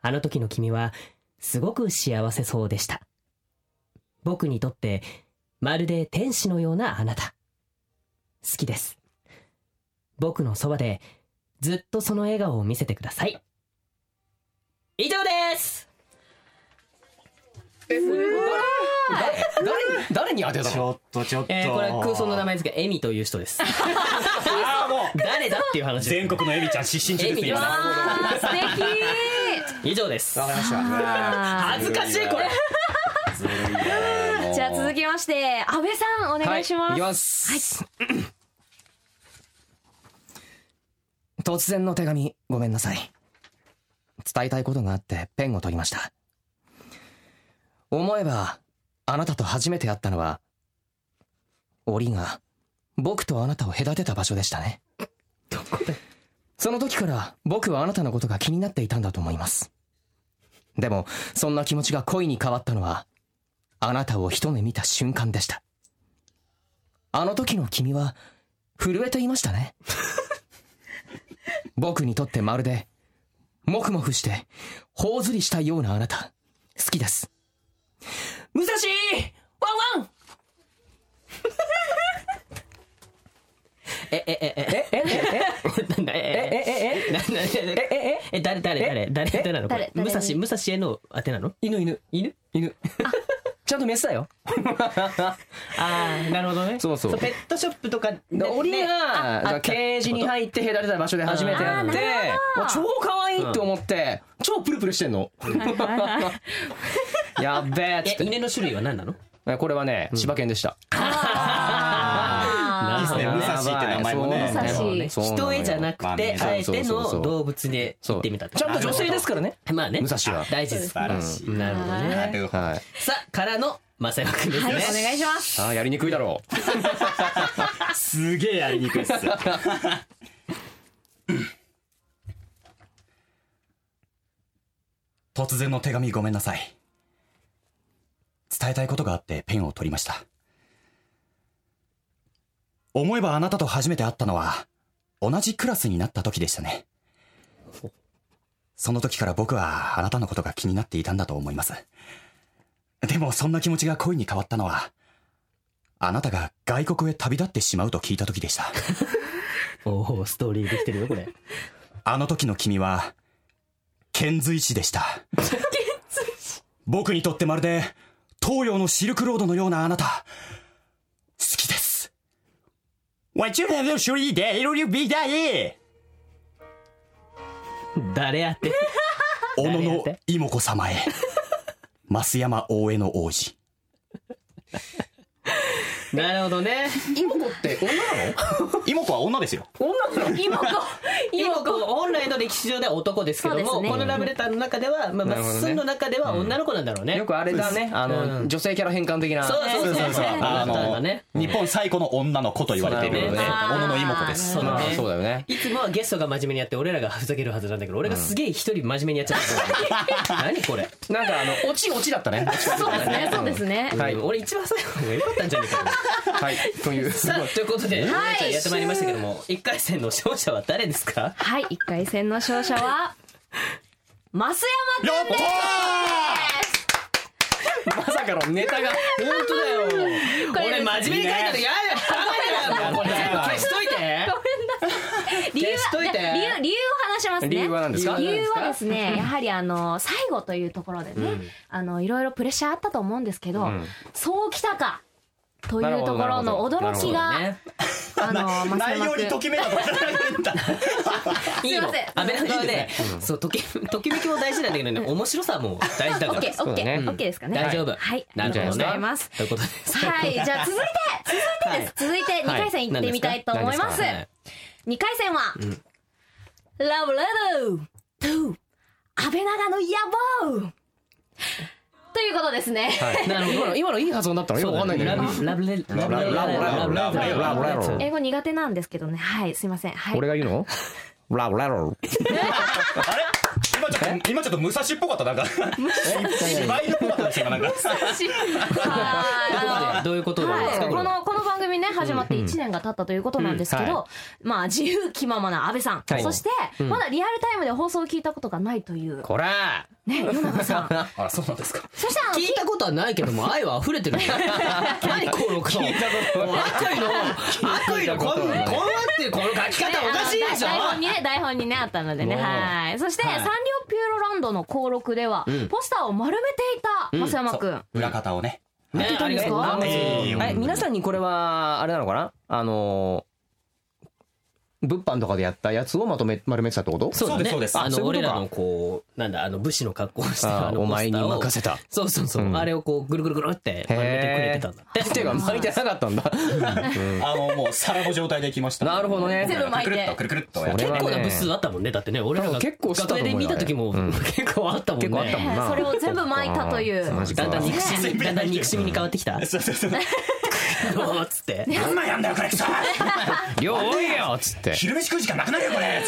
S1: あの時の君はすごく幸せそうでした僕にとってまるで天使のようなあなた好きです僕のそばでずっとその笑顔を見せてください以上です
S2: 誰誰に当てた
S5: ち
S2: の
S5: ょっとちょっと。
S1: えー、これは空想の名前ですがエミという人です
S5: ああもう
S1: 誰だっていう話です
S5: 全国のエミちゃん失神中です
S1: エミ
S5: ね。
S1: です
S6: あ
S5: 今
S6: ー素敵
S1: 以上です
S2: わかりました
S6: あ
S1: 恥ずかしいこれ
S6: ー じゃあ続きまして安倍さんお願いします、
S2: はい、いきます。突然の手紙、ごめんなさい。伝えたいことがあって、ペンを取りました。思えば、あなたと初めて会ったのは、檻が、僕とあなたを隔てた場所でしたね。その時から、僕はあなたのことが気になっていたんだと思います。でも、そんな気持ちが恋に変わったのは、あなたを一目見た瞬間でした。あの時の君は震えていました ね。僕にとってまるで、もふもふして、頬ずりしたようなあなた、好きです。武蔵ワンワン
S1: えええええええええ
S2: ええ
S1: ななな
S2: ええ
S1: え誰誰誰誰誰なのこれ
S6: 誰誰
S1: 武蔵武蔵への当てなの
S2: 犬犬
S1: 犬
S2: 犬。ちゃんとメスだよ。
S1: ああなるほどね
S2: そうそう
S1: ペットショップとか
S2: で檻
S1: ね
S2: が、だからケージに入って隔てた場所で初めてやって、もう超可愛いって思って、超プルプルしてんの。やっべえっつ
S1: え
S2: って
S1: 犬の種類は何なの
S2: え。これはね、千葉県でした。
S6: あ
S5: いい
S1: な
S5: で
S1: るほど
S5: すね。武蔵って名前も
S2: そうなん
S5: ね。
S2: だよ
S6: 武蔵
S2: そうなの
S1: 人
S2: よ
S1: 絵じゃなく
S5: まあ
S1: て
S5: ね
S1: あえて
S2: そうそうそうそ
S1: の
S2: う
S1: 動物で行ってみた
S2: ちゃんと女性ですからね。
S1: らまあね
S2: 武蔵は
S1: 大事です
S5: 素晴らしい。
S1: なるほど
S5: な
S1: ね
S5: るほど
S2: はい。
S1: さあからの正山くんです
S6: ーはいお
S1: ね
S6: 願いします
S2: あーやりにくいだろう。
S5: すげえやりにくいっす 突然の手紙ごめんなさい伝えたいことがあってペンを取りました思えばあなたと初めて会ったのは同じクラスになった時でしたねその時から僕はあなたのことが気になっていたんだと思いますでもそんな気持ちが恋に変わったのはあなたが外国へ旅立ってしまうと聞いた時で した。
S1: おお、ストーリーできてるよ、これ。
S5: あの時の君は、遣隋使でした。僕にとってまるで、東洋のシルクロードのようなあなた、好きです。What you have to show t h e be there?
S1: 誰や って。
S5: 小野
S1: 誰やっ
S5: の
S1: て
S5: 妹子様 へ。増山大江の王子。
S1: なるほどね。
S2: 妹子って女なの
S5: 妹子は女ですよ。
S2: 女なの
S6: 妹子
S1: 今こ
S6: 妹
S1: う
S6: 子
S1: 本来の歴史上では男ですけど
S6: そ
S1: も、
S6: うですね
S1: このラブレターの中では、まあ、ま
S2: なるほ
S1: っ
S2: どね
S1: すんの中では女の子なんだろうね。
S2: よくあれだねあの、
S1: うん
S2: 女性キャラ変換的な
S1: そうそうそうそう。
S5: あ
S1: あの
S5: の、
S1: ね。
S5: 日本最古の女の子と言われてい
S1: そ
S5: る、
S1: う
S5: ね、
S1: だよね
S5: 小野の妹子です。
S1: そうだ
S2: まあ
S1: ね
S2: そうだよね
S1: いつもはゲストが真面目にやって俺らがふざけるはずなんだけど俺がすげえ一人真面目にやっちゃった、 何これ、
S2: なんかあの落ち落ちだったね
S6: そうですねそうですね
S2: はい
S1: うん俺一番最後の方が良かったんじゃないかな
S2: はいという
S1: さあということで、奈々ちゃんやってまいりましたけども一回戦の勝者は誰ですか
S6: はい一回戦の勝者は増山
S5: やった
S2: まさかのネタが
S1: 本当だよ
S6: これ
S1: 俺真面目に書いたの嫌だよダメだよもうこれ全部消しといて
S6: 理由
S1: 消しとい
S6: は
S1: て
S6: 理由理由を話しますね
S2: 理由は何ですか
S6: 理由はですねやはりあの最後というところでね、あのいろいろプレッシャーあったと思うんですけど、
S2: ん
S6: そうきたかというところの
S2: なるほどなる
S6: 驚
S2: ほど
S6: きが、
S1: ね
S6: あの
S5: ー
S6: 増
S5: 内
S6: 山
S5: 容に
S6: 君
S5: ときめいたとかじゃないんだ。
S1: いいの
S6: すいません
S1: 安倍長はねそうときときめきも大事なんだけどね面白さも大事だ
S6: オ
S1: か
S6: ッケ
S1: ら
S6: ー
S2: そ
S6: オッケ
S2: うだね
S6: ーオッケーですかね
S1: 大丈夫
S6: はい
S1: な
S6: あり
S1: る
S6: が
S1: ほ
S6: とう
S1: どね
S6: ございます
S1: ということです
S6: はいじゃあ続いて続いてです、続いて2回戦行ってみたいと思います、
S1: はい
S6: 2回戦は、ラブレター to 安倍長の野望ということですね、
S1: なるほど
S2: 今の今のいい発音だったのよくわかんないんだけど
S1: ラブレラブレラブレラブレラブレラブレラブレ
S6: 英語苦手なんですけどねはいすいませんはい
S2: 俺が言うのラブラロ
S5: あれ今ちょっと今ちょっと武蔵っぽかったなんか芝居っぽかったです今なんか
S1: ということで
S6: は
S1: どういうことなんですか
S6: い、
S1: これ
S6: こ
S1: は
S6: のこの番組ね始まって1年が経ったということなんですけど、
S2: うん
S6: まあ自由気ままな安倍さん、
S2: はい
S6: そして、まだリアルタイムで放送を聞いたことがないという
S2: こら
S6: ね世永さん
S5: あそうなんですか
S6: そしてあの
S1: 聞いたことはないけども愛は溢れてる何このこともう悪意の悪意のこんこんなっていうこの書き方おかしいでしょ
S6: 台本にね台本にねあったのでね
S1: もう
S6: はいそして、
S1: はい
S6: サンリオピューロランドの登録では、
S1: ん
S6: ポスターを丸めていた増山君、ん、
S5: 裏方をね
S1: ね
S6: たんです
S1: ありが
S6: か
S1: とうございます
S5: えー
S2: え皆さんにこれはあれなのかなあのー物販とかでやったやつをまとめ丸めてたってこと
S1: そうだ
S5: そうで
S1: ね
S5: すそうです
S1: あ
S2: あそう
S1: の
S2: いう
S1: 俺
S2: ことから
S1: のこうなんだあの武士の格好をしたあ
S2: あー
S1: の
S2: お前
S1: ポスタ
S2: に
S1: ーを
S2: 任せた
S1: そうそうそう、
S2: うん
S1: あれをこうぐるぐるぐるって
S2: へー
S1: 丸めてくれてたんだって
S2: ていうか巻いてなかったんだ
S5: あのもうさらぼ状態で来ました
S2: なるほどね
S5: くるくるっとくるくるっとやっ
S2: そ
S5: て
S2: れは
S1: 結
S2: ね
S1: 構な部数あったもんねだってね俺らが
S2: 結構したと
S1: 学園
S2: 思うよ
S1: で見た時も、
S2: あれうん
S1: 結構あったもんね
S2: 結構あったもんな
S6: それを全部巻いたという
S2: マジか
S1: だんだん憎 しみだんだん憎しみに変わってきたど
S5: そうそう そう
S1: うっつって
S5: 何枚やんだよこれ さ
S2: 量多いよっつ って
S5: 昼飯食う時間なくなるよこれ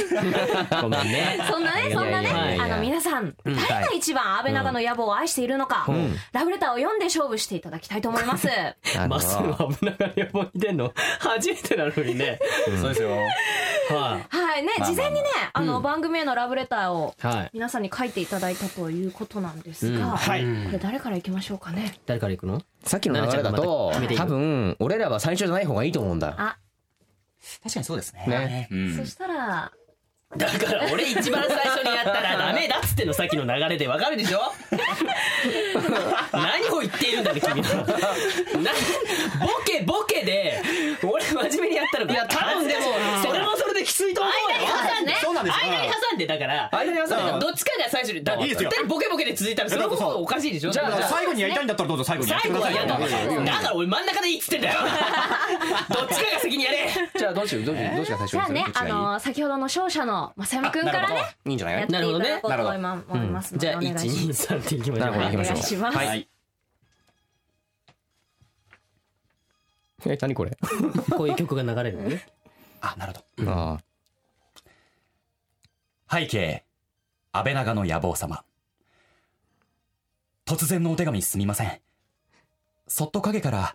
S1: ごめんね
S6: そんなね、
S2: いや
S6: そんな
S2: や
S6: い
S2: いやい
S6: ね、
S2: や
S6: あの皆さん、誰が一番安倍長の野望を愛しているのか、ラブレターを読んで勝負していただきたいと思います。
S2: あの
S1: まっすぐ危ながら横に出んの初めてなのにね
S5: そうですよ
S1: は
S6: はい、ね、
S5: まあまあ
S6: 事前にね、あの番組へのラブレターを
S1: いはい
S6: 皆さんに書いていただいたということなんですが、こ
S5: い
S6: れ誰から行きましょうかね。
S1: 誰から行くの
S2: さっきの流れだと
S1: 奈々ちゃんがまた決めていい
S2: 多分俺らは最初じゃない方がいいと思うんだ
S6: あ、
S5: 確かにそうですね
S2: ね
S5: うん
S6: そしたら、
S1: だから俺一番最初にやったらダメだっつってんのさっきの流れでわかるでしょ何を言っているんだね君は何ボケボケで俺真面目にやったらいや多分でもそれもそれできついと思うよ間に挟んで
S5: そうなんですよ
S1: 間に挟んでだから
S2: 間に挟んで
S1: だからどっちかが最初にだ
S5: いいですよ
S1: だってボケボケで続いたらそれこそおかしいでしょ
S5: じゃあじゃあ最後にやりたいんだったらどうぞ最後にやって
S1: 最
S5: く
S1: 後
S5: だ
S1: は
S5: さい
S1: 嫌だだから俺真ん中でいいっつってん だよどっちかが先にやれ
S2: じゃあどうしようどうしようどうしよう最初
S6: じゃあね、あの先ほどの勝者の増山くんからね、
S2: いいんじゃな
S6: や
S2: い
S6: っていただこう
S5: なる
S6: と
S5: ほ
S6: 思
S5: ど
S6: い
S5: ね
S6: ま思いますの
S1: じ
S6: で。
S1: ゃあ
S6: お願いします
S1: 123っていきましょう
S2: なるほど行きましょう
S6: お願いします。
S5: はい
S2: え、何これ
S1: こういう曲が流れるのね。
S5: あ、なるほど。
S2: ああ。
S5: 背景、安倍長の野望様。突然のお手紙すみません。そっと影から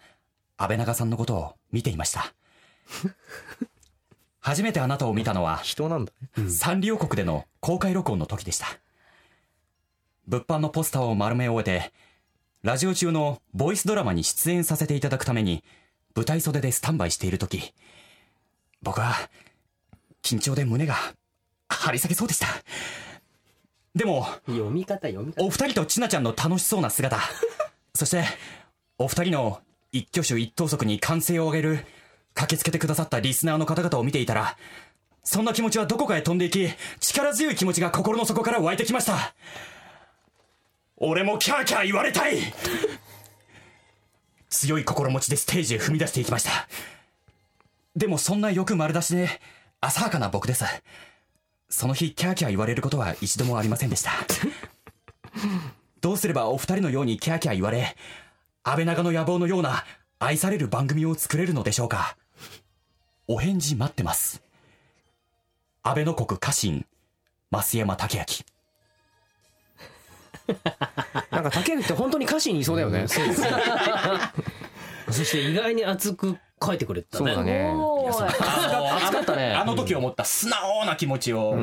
S5: 安倍長さんのことを見ていました。初めてあなたを見たのは、
S2: 人なんだね。
S5: サンリオ国での公開録音の時でした。物販のポスターを丸め終えて、ラジオ中のボイスドラマに出演させていただくために、舞台袖でスタンバイしている時、僕は、緊張で胸が張り裂けそうでした。でも、
S1: 読み方読み方。
S5: お二人とちなちゃんの楽しそうな姿、そして、お二人の一挙手一投足に歓声を上げる、駆けつけてくださったリスナーの方々を見ていたら、そんな気持ちはどこかへ飛んでいき、力強い気持ちが心の底から湧いてきました。俺もキャーキャー言われたい強い心持ちでステージへ踏み出していきました。でもそんな欲丸出しで、浅はかな僕です。その日、キャーキャー言われることは一度もありませんでした。どうすればお二人のようにキャーキャー言われ、安倍長の野望のような愛される番組を作れるのでしょうか。お返事待ってます。安倍の国家臣、増山武明。
S2: なんか竹内って本当に歌詞にいそうだよね。そうです
S1: そして意外に熱く書いてくれたね。
S2: だね。
S6: おーい
S2: 暑かったね。
S5: あの時思った素直な気持ちを、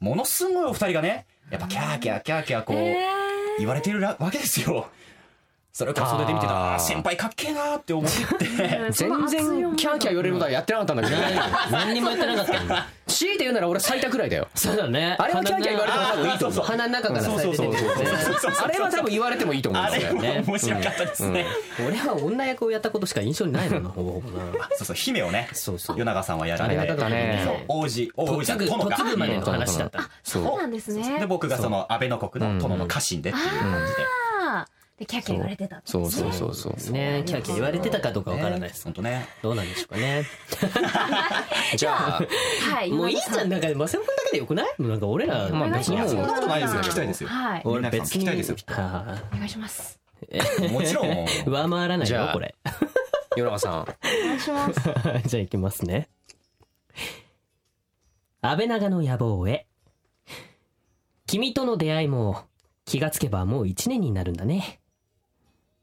S5: ものすごいお二人がね、やっぱキャーキャーキャーキャーこう、言われてるらわけですよ。それを袖で見てたら、
S2: あー
S5: あー先輩かっけえなーって思って。
S2: 全然キャーキャー言われることはやってなかったんだけどね。
S1: 何にもやってなかったんだ。
S2: 強いて言うなら俺最多くらいだよ。
S1: そうだね。
S2: あれはキャーキャー言われた方がいいと
S5: 思う
S1: 鼻の中から
S5: そう
S1: さ
S5: そ
S1: れ
S5: う
S1: て
S5: そう
S1: て
S5: そうそうそう。
S2: あれは多分言われてもいいと思うん
S5: あ
S2: です
S5: れ
S2: よ。
S5: は面白かったですね。
S1: 俺は女役をやったことしか印象にないのな、ほぼほぼな。
S5: そうそう、姫をね、
S1: そうそう
S5: 与永さんはやられ
S2: や
S5: て
S2: っ、たね。
S5: 王子、王子じゃ
S1: 嫁ぐ、
S5: 殿が。
S1: 嫁ぐまでの話だった。
S6: そうなんですね
S5: で、僕がその安倍の国の殿の家臣でっていう感じで。
S6: あーでキャーキャー言われてた
S2: そうそうそうそう。
S1: ねキャーキャー言われてたかどうかわからないです
S5: 本。当ね。
S1: どうなんでしょうかね。
S2: じゃあ、
S6: はい
S1: もういい
S6: 今田
S1: じ
S6: さ
S1: ゃん、なんか、マセオくんだけでよくないもうなんか俺ら、
S2: まあ
S6: お願いし
S2: い
S6: ま
S2: や
S6: す
S2: そん
S5: なことないですよ聞きたいですよ
S6: はいお
S1: 俺別に。
S5: 皆さん聞きたいですよきっと
S1: は
S6: 願いします
S1: あ
S5: もちろん
S1: 上回らない
S2: じ
S1: よ
S2: ゃ、あ
S1: これ。
S2: 夜中さん。
S6: お願いします
S1: じゃあ行きますね。安倍長の野望へ。君との出会いも気がつけばもう一年になるんだね。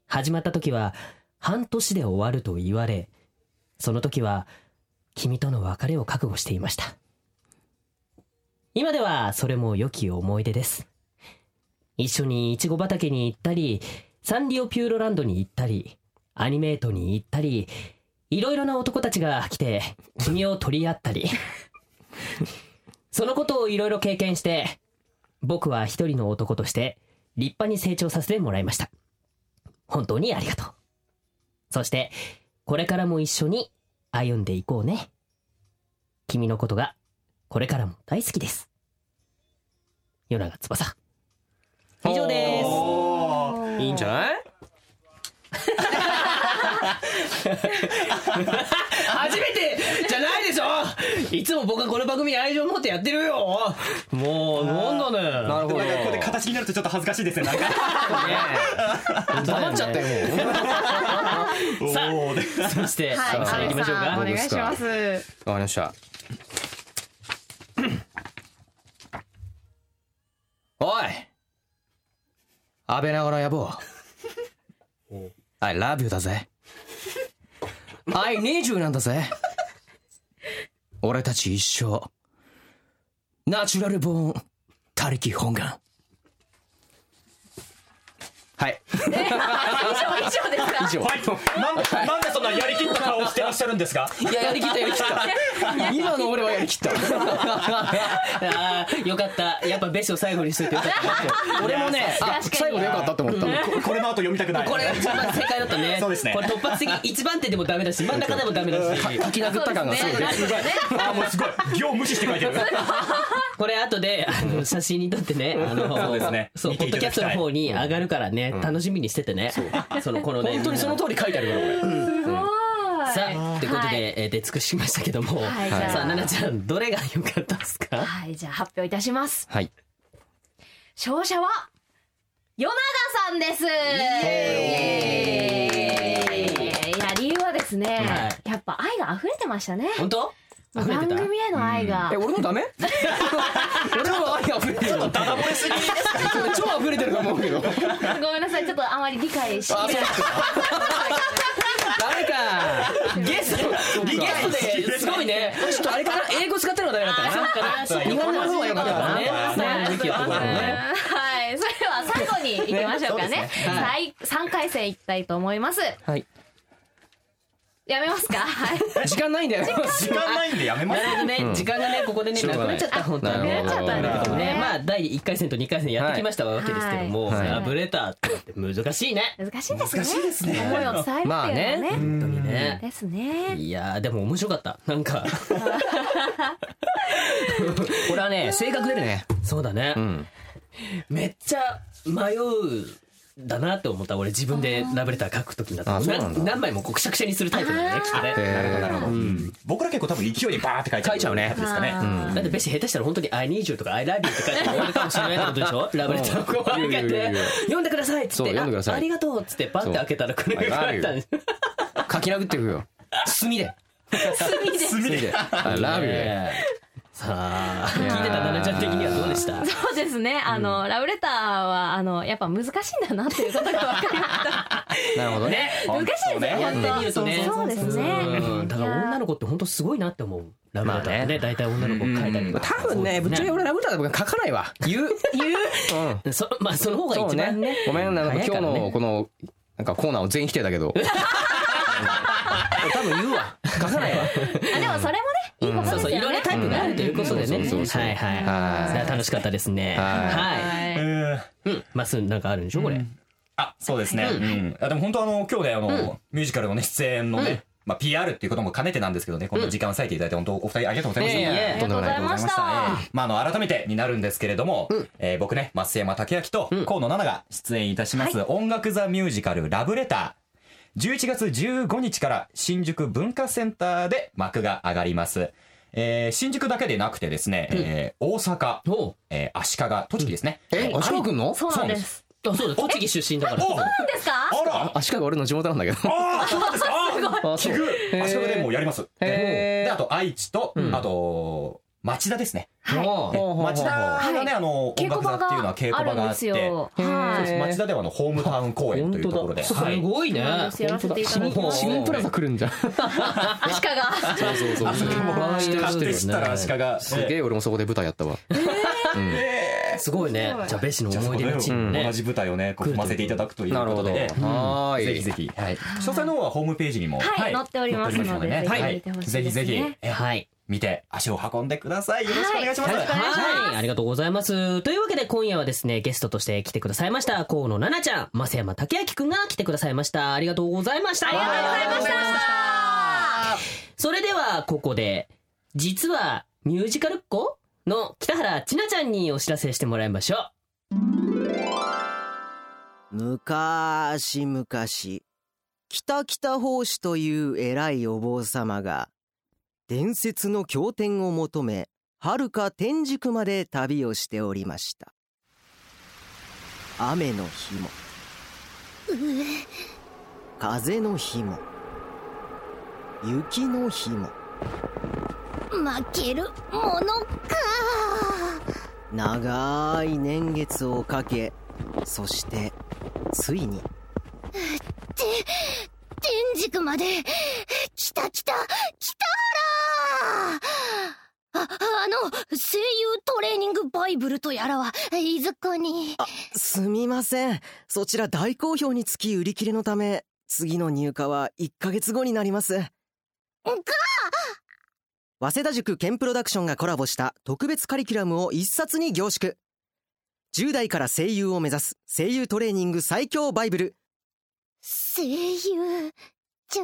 S1: 始まった時は半年で終わると言われ、その時は君との別れを覚悟していました。今ではそれも良き思い出です。一緒にイチゴ畑に行ったり、サンリオピューロランドに行ったり、アニメートに行ったり、いろいろな男たちが来て、君を取り合ったり。そのことをいろいろ経験して、僕は一人の男として、立派に成長させてもらいました。本当にありがとう。そして、これからも一緒に歩んでいこうね。君のことが、これからも大好きです。夜長翼。以上です。
S2: いいんじゃない
S1: 初めてじゃないでしょいつも僕はこの番組に愛情持ってやってるよもう、なんだね。
S2: なるほ
S5: で
S2: ど。
S5: もなんかここで形になるとちょっと恥ずかしいですね。なんか。
S2: 黙っちゃったよ、もう。
S5: おーで
S1: そ して、
S7: はい、
S1: さあ行きましょう
S7: 安倍さんお
S1: か。
S7: 願いします。
S2: わかりました。おい安倍長の野望 I love you だぜ I need you なんだぜ俺たち一生ナチュラルボーン他力本願はい
S6: 以上ですか
S2: 以上
S5: なんなんでそんなやりきった顔をしてらっしゃるんですか。
S2: いややりきったやりきった今の俺はやりきった
S1: ああ、よかった。やっぱベストを最後にしといてよかったなって。
S2: 俺もねあ
S6: 確かに
S2: 最後でよかったと思った
S5: ここれの後読みたくない。
S1: これが一番正解だったね。
S5: そうですね
S1: これ突発的、一番手でもダメだし、真ん中でもダメだし。
S2: 書き殴った感がすごい出てる
S5: あーもうすごい。行無視して書いてる。
S1: これ後で、あの、写真に撮ってね、あの、
S5: そうですね
S1: そう、
S5: 見
S1: ポ
S5: て
S1: ッ
S5: い
S1: ドキャ
S5: ただ
S1: ス
S5: き
S1: ト
S5: た
S1: の
S5: い
S1: 方に上がるからね、楽しみにしててね。その、このね。
S2: 本当にその通り書いてあるから俺
S6: すごい
S1: さあ、ということ
S6: は
S1: で、えー出尽くしましたけども、
S6: はいじゃあ
S1: さあ、奈々ちゃん、どれが良かったですか
S6: はいじゃあ発表いたします
S2: はい
S6: 勝者は与永さんですイエーイいや理由はですですね、
S1: は
S6: やっぱ愛が溢れてましたね
S1: 本当
S6: もう
S1: 溢れてた
S6: 番組への愛が、
S2: え、俺 のダメ俺の愛が溢れてる。ちょっとダダ漏れすぎ。超溢れてると思うけど。ダメ
S6: ごめんなさいちょっとあまり理解しきれなか
S2: か。ゲスト、
S1: リゲストですごいね
S2: ちょっとあれかな英語使ってるのがダメだった
S1: そうかな
S2: か
S1: そう
S2: な
S1: か
S2: 日本語の方が良かったか
S1: ね
S2: な
S1: そ
S6: った
S1: う
S6: で
S1: いう
S6: す
S1: 時はここだろうね
S6: はいそれでは最後に行きましょうかね
S2: ね
S6: はい、3回戦いきたいと思います
S2: はい。
S6: やめますかはい
S2: 時間ないんだよ。
S5: 時間ないんでやめま
S1: な
S5: す
S1: るほどね時間がねここでね
S2: しょ
S1: な
S2: う
S1: く
S2: が
S1: な
S2: な
S1: いっちゃった本当
S2: な
S1: に
S2: る
S1: ね
S2: ほど
S6: なっちゃったんですね
S1: まあ第1回戦と2回戦やってきましたわけですけども
S2: はい
S1: ラブレターって難しいね
S6: 難しいですね
S5: 難しいですね
S6: 思いを伝えるっていうの
S2: ま
S6: は
S2: あ
S6: ね,、
S2: ね
S1: 本当にね
S6: ですね
S1: いやーでも面白かったなんか
S2: これはね、性格出るね。
S1: そうだね、
S2: ん
S1: めっちゃ迷うだなって思った俺自分でラブレター書くときになった
S2: あーそうなんだ
S1: 何枚もこうくしゃくしゃにするタイプなんだねきっとね
S5: なるほど僕ら結構多分勢いでバーって書いちゃう
S2: 書いちゃうね
S5: タイプですかね
S1: だってベシ下手したら本当に「I need you」とか「I love you」って書いて終わるかもしれないってことでしょラブレターをこう開け
S2: いやいや
S1: て
S2: いやいや
S1: 「読んでください」っつ
S2: そう
S1: って「
S2: 読んでください
S1: あありがとう」っつってパッて開けたらこれが書いたんです
S2: 書き殴っていくよ。墨で。墨で。あラビューで。
S1: さあ
S2: い
S1: 聞い
S2: やー
S1: てた奈々ちゃん的にはどうで した
S6: そうですねあの、ラブレターはあのやっぱ難しいんだなっていうことが分かりました
S2: なるほどね。
S6: 難しいですよ
S1: やってみ
S6: 本
S1: ると
S6: 当
S1: ね
S6: そうですね
S1: うんだから女の子って本当すごいなって思うラブレターってね大体女の子書いたりとか
S2: 多分ね、ぶっちゃけ俺ラブレターとか書かないわ。言う。言う
S1: そ まあその方が
S2: そう
S1: 一番
S2: ね
S1: ね。
S2: ごめん、なんか
S1: 早い
S2: 今
S1: か
S2: 日
S1: らね
S2: のこの、なんかコーナーを全員否定だけど。 多分言うわ。書かないわ。
S6: あでもそれもねいいこと
S1: そう
S6: です
S1: そうい
S6: よ
S1: ろんな
S6: ね
S1: タイプがあるということでね
S2: うんそうそうそう
S1: はいはい
S2: はい
S1: それは楽しかったですね
S2: は
S1: は
S5: えー
S1: いうんまっすぐなんかあるんでしょこれ
S5: あそうですね、うんあでも本当あの今日ねあの、ミュージカルのね出演のね、まあ、PR っていうことも兼ねてなんですけどね、この時間を割いていただいて、本当お二人ありがとうございました。
S1: いえいえ
S6: ありがとうございまし
S5: ありがとうござい
S6: た
S5: ましたええまあ、あの、改めてになるんですけれども、えー僕ね、増山武明と河野奈々が出演いたします、音楽座ミュージカルラブレター。11月15日から新宿文化センターで幕が上がります。えー新宿だけでなくてですね、えー大阪、えー足利、栃木ですね。
S2: い。え、足利くんの
S6: そうなんです
S1: あそうだ栃木出身だから
S5: おあ
S6: そうですか
S5: ら
S2: 足利俺の地元なんだけど。
S5: ああそうなんですかあ
S2: あそう
S5: 聞く足利でもうやります。
S2: へー
S5: で、あと愛知と、あと、町田ですね。
S2: おー
S5: 町田がね、あの、
S6: 稽
S5: 音
S6: 古
S5: 楽座
S6: 場
S5: っていうのは稽
S6: があ
S5: 古場
S6: るん
S5: があ
S6: で
S5: っ
S6: す
S5: て、
S6: よ はい
S2: へー
S5: 町田ではあのホームタウン公演というところで、
S1: す
S5: はい
S1: ごいね
S6: なんですよやらせていただ
S2: 市
S6: き
S2: 民
S6: ます
S2: 市民プラザ来るんじゃん。
S6: あ足利が
S2: そうそう そう。
S1: あ知ってる
S5: 買って知ったら足利が、
S2: すげえ俺もそこで舞台やったわ。
S1: すごいねじゃあベシの
S5: じゃあそ
S1: 思い
S5: こで
S1: 出のチームね
S5: 同じ舞台をね、こう踏ませていただくということで、うん
S2: はーい。
S5: ぜひぜひ、はい詳細の方はホームページにも、
S6: はい載っておりますので
S5: 載っており
S6: ぜひ見てほしいですね
S5: ねはいぜひぜひ、え
S1: はい
S5: 見て足を運んでください。よろしくお願いしま
S6: は
S5: す。
S6: いよろしくお願いします
S1: はい、ありがとうございます。というわけで今夜はですね、ゲストとして来てくださいました、河野奈々ちゃん、増山武明くんが来てくださいました。ありがとうございました。ありがとうございました。それでは、ここで、実はミュージカルっ子の北原千奈ちゃんにお知らせしてもらいましょう。
S7: むかーしむかし、北北法師という偉いお坊様が、伝説の経典を求め、はるか天竺まで旅をしておりました。雨の日も、風の日も、雪の日も、
S8: 負けるものか
S7: 長い年月をかけ、そして、ついに、
S8: 天竺まで来た来た来たらああの声優トレーニングバイブルとやらはいずこに
S7: すみません。そちら大好評につき売り切れのため、次の入荷は1ヶ月後になります。早稲田塾兼プロダクションがコラボした特別カリキュラムを一冊に凝縮。10代から声優を目指す声優トレーニング最強バイブル。
S8: 声優塾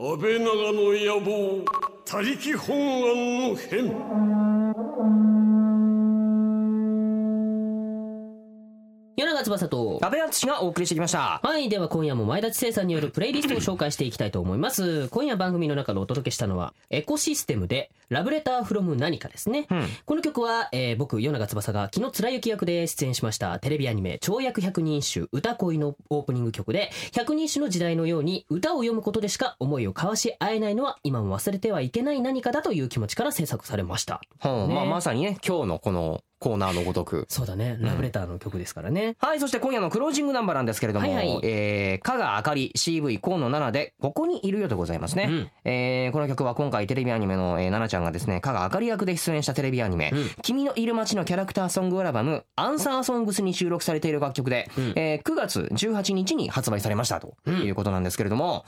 S4: 安倍長の野望他力本願の変
S1: 夜長翼翼と
S2: 安倍敦がお送りしてきました
S1: はいでは今夜も前田知世さんによるプレイリストを紹介していきたいと思います今夜番組の中でお届けしたのはエコシステムでラブレターフロム何かですね、この曲は、えー僕与永翼が昨日貫之役で出演しましたテレビアニメ「跳躍百人一首歌恋」のオープニング曲で百人一首の時代のように歌を読むことでしか思いを交わし合えないのは今も忘れてはいけない何かだという気持ちから制作されました
S2: ほう
S1: ね
S2: まあまさにね今日のこのコーナーのごとく
S1: そうだねラブレターの曲ですからね、
S2: はい、そして今夜のクロージングナンバーなんですけれども、
S1: はいはい
S2: えー、加賀あかり CV 河野奈々で、ここにいるよでございますね。えーこの曲は今回テレビアニメの、えー、奈々ちゃんがですね、加賀あかり役で出演したテレビアニメ、
S1: うん
S2: 君のいる街のキャラクターソングアルバム、アンサーソングスに収録されている楽曲で、
S1: うん
S2: えー9月18日に発売されましたということなんですけれども、